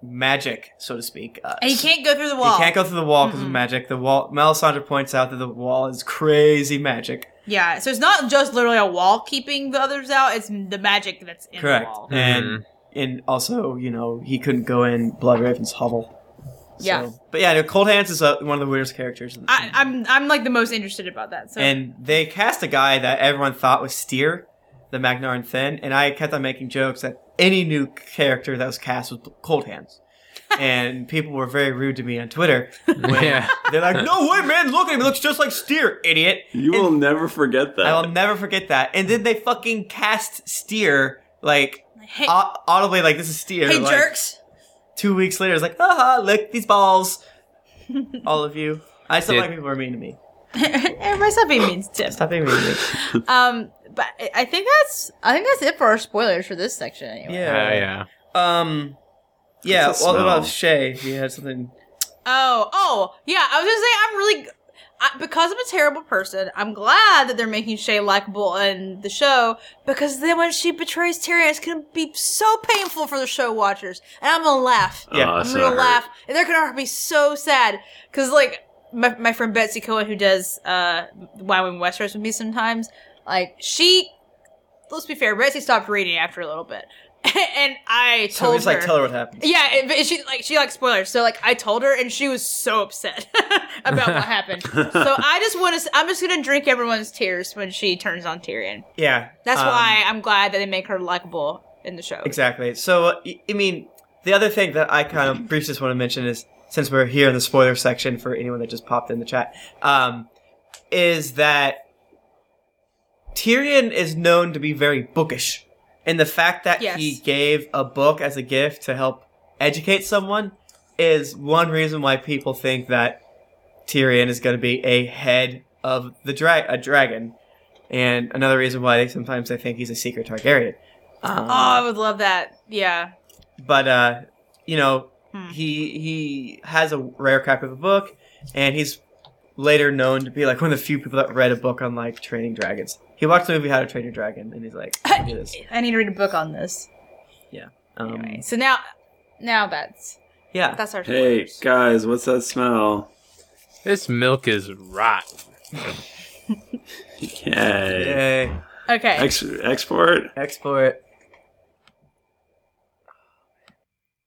magic, so to speak. Uh,
And he can't go through the
he
wall.
can't go through the wall because of
Mm-mm.
magic. The wall Melisandre points out that the wall is crazy magic.
yeah, so it's not just literally a wall keeping the others out, it's the magic that's in
Correct.
the wall.
And and also, you know, he couldn't go in Bloodraven's hovel.
Yeah.
So- but yeah, no, Cold Hands is uh, one of the weirdest characters. In the
I, I'm I'm like the most interested about that. So
and they cast a guy that everyone thought was Steer, the Magnarin Thin, and I kept on making jokes that any new character that was cast was Cold Hands. and people were very rude to me on Twitter. When
Yeah.
They're like, no way, man, look at him. He looks just like Steer, idiot.
You will never forget that.
I will never forget that. And then they fucking cast Steer, like,
hey,
au- audibly, like, this is Steer.
hey
like,
jerks,
Two weeks later, it's like, haha, lick these balls. All of you. I still
Did-
like people who are mean to me.
everybody stop being mean to
Stop being mean to me.
Um, but I- I think that's I think that's it for our spoilers for this section. Anyway.
Yeah. yeah.
Um. Yeah.
What's that
Well, what about
smell?
Shay? You had something.
Oh, oh, yeah. I was gonna say I'm really I, because I'm a terrible person. I'm glad that they're making Shay likable in the show because then when she betrays Tyrion, it's gonna be so painful for the show watchers, and I'm gonna laugh.
Oh,
Yeah.
that's
I'm gonna
not
laugh, and they're gonna be so sad because like my, my friend Betsy Cohen, who does uh, Wyoming Westerns with me sometimes, like she, let's be fair, Betsy stopped reading after a little bit, and I
So we
told
just
her,
like tell her what happened.
yeah, it- but she like she likes spoilers, so like I told her, and she was so upset about what happened. So I just want to, I'm just gonna drink everyone's tears when she turns on Tyrion.
Yeah,
That's
um,
why I'm glad that they make her likable in the show.
Exactly. So, uh, y- I mean, the other thing that I kind of briefly just want to mention is, since we're here in the spoiler section for anyone that just popped in the chat, um, is that Tyrion is known to be very bookish, and the fact that
Yes.
he gave a book as a gift to help educate someone is one reason why people think that Tyrion is going to be a head of the dra- a dragon, and another reason why they sometimes they think he's a secret Targaryen. Um,
Oh, I would love that. Yeah.
but uh you know
Hmm.
he he has a rare copy of a book and he's later known to be like one of the few people that read a book on like training dragons he watched the movie how to train your dragon and he's like I can do this
I need to read a book on this.
um,
Anyway, so now, now that's
yeah
that's our
Hey
spoilers.
guys, what's that smell?
This milk is rotten.
Yay!
Yay.
Okay.
Ex- export.
export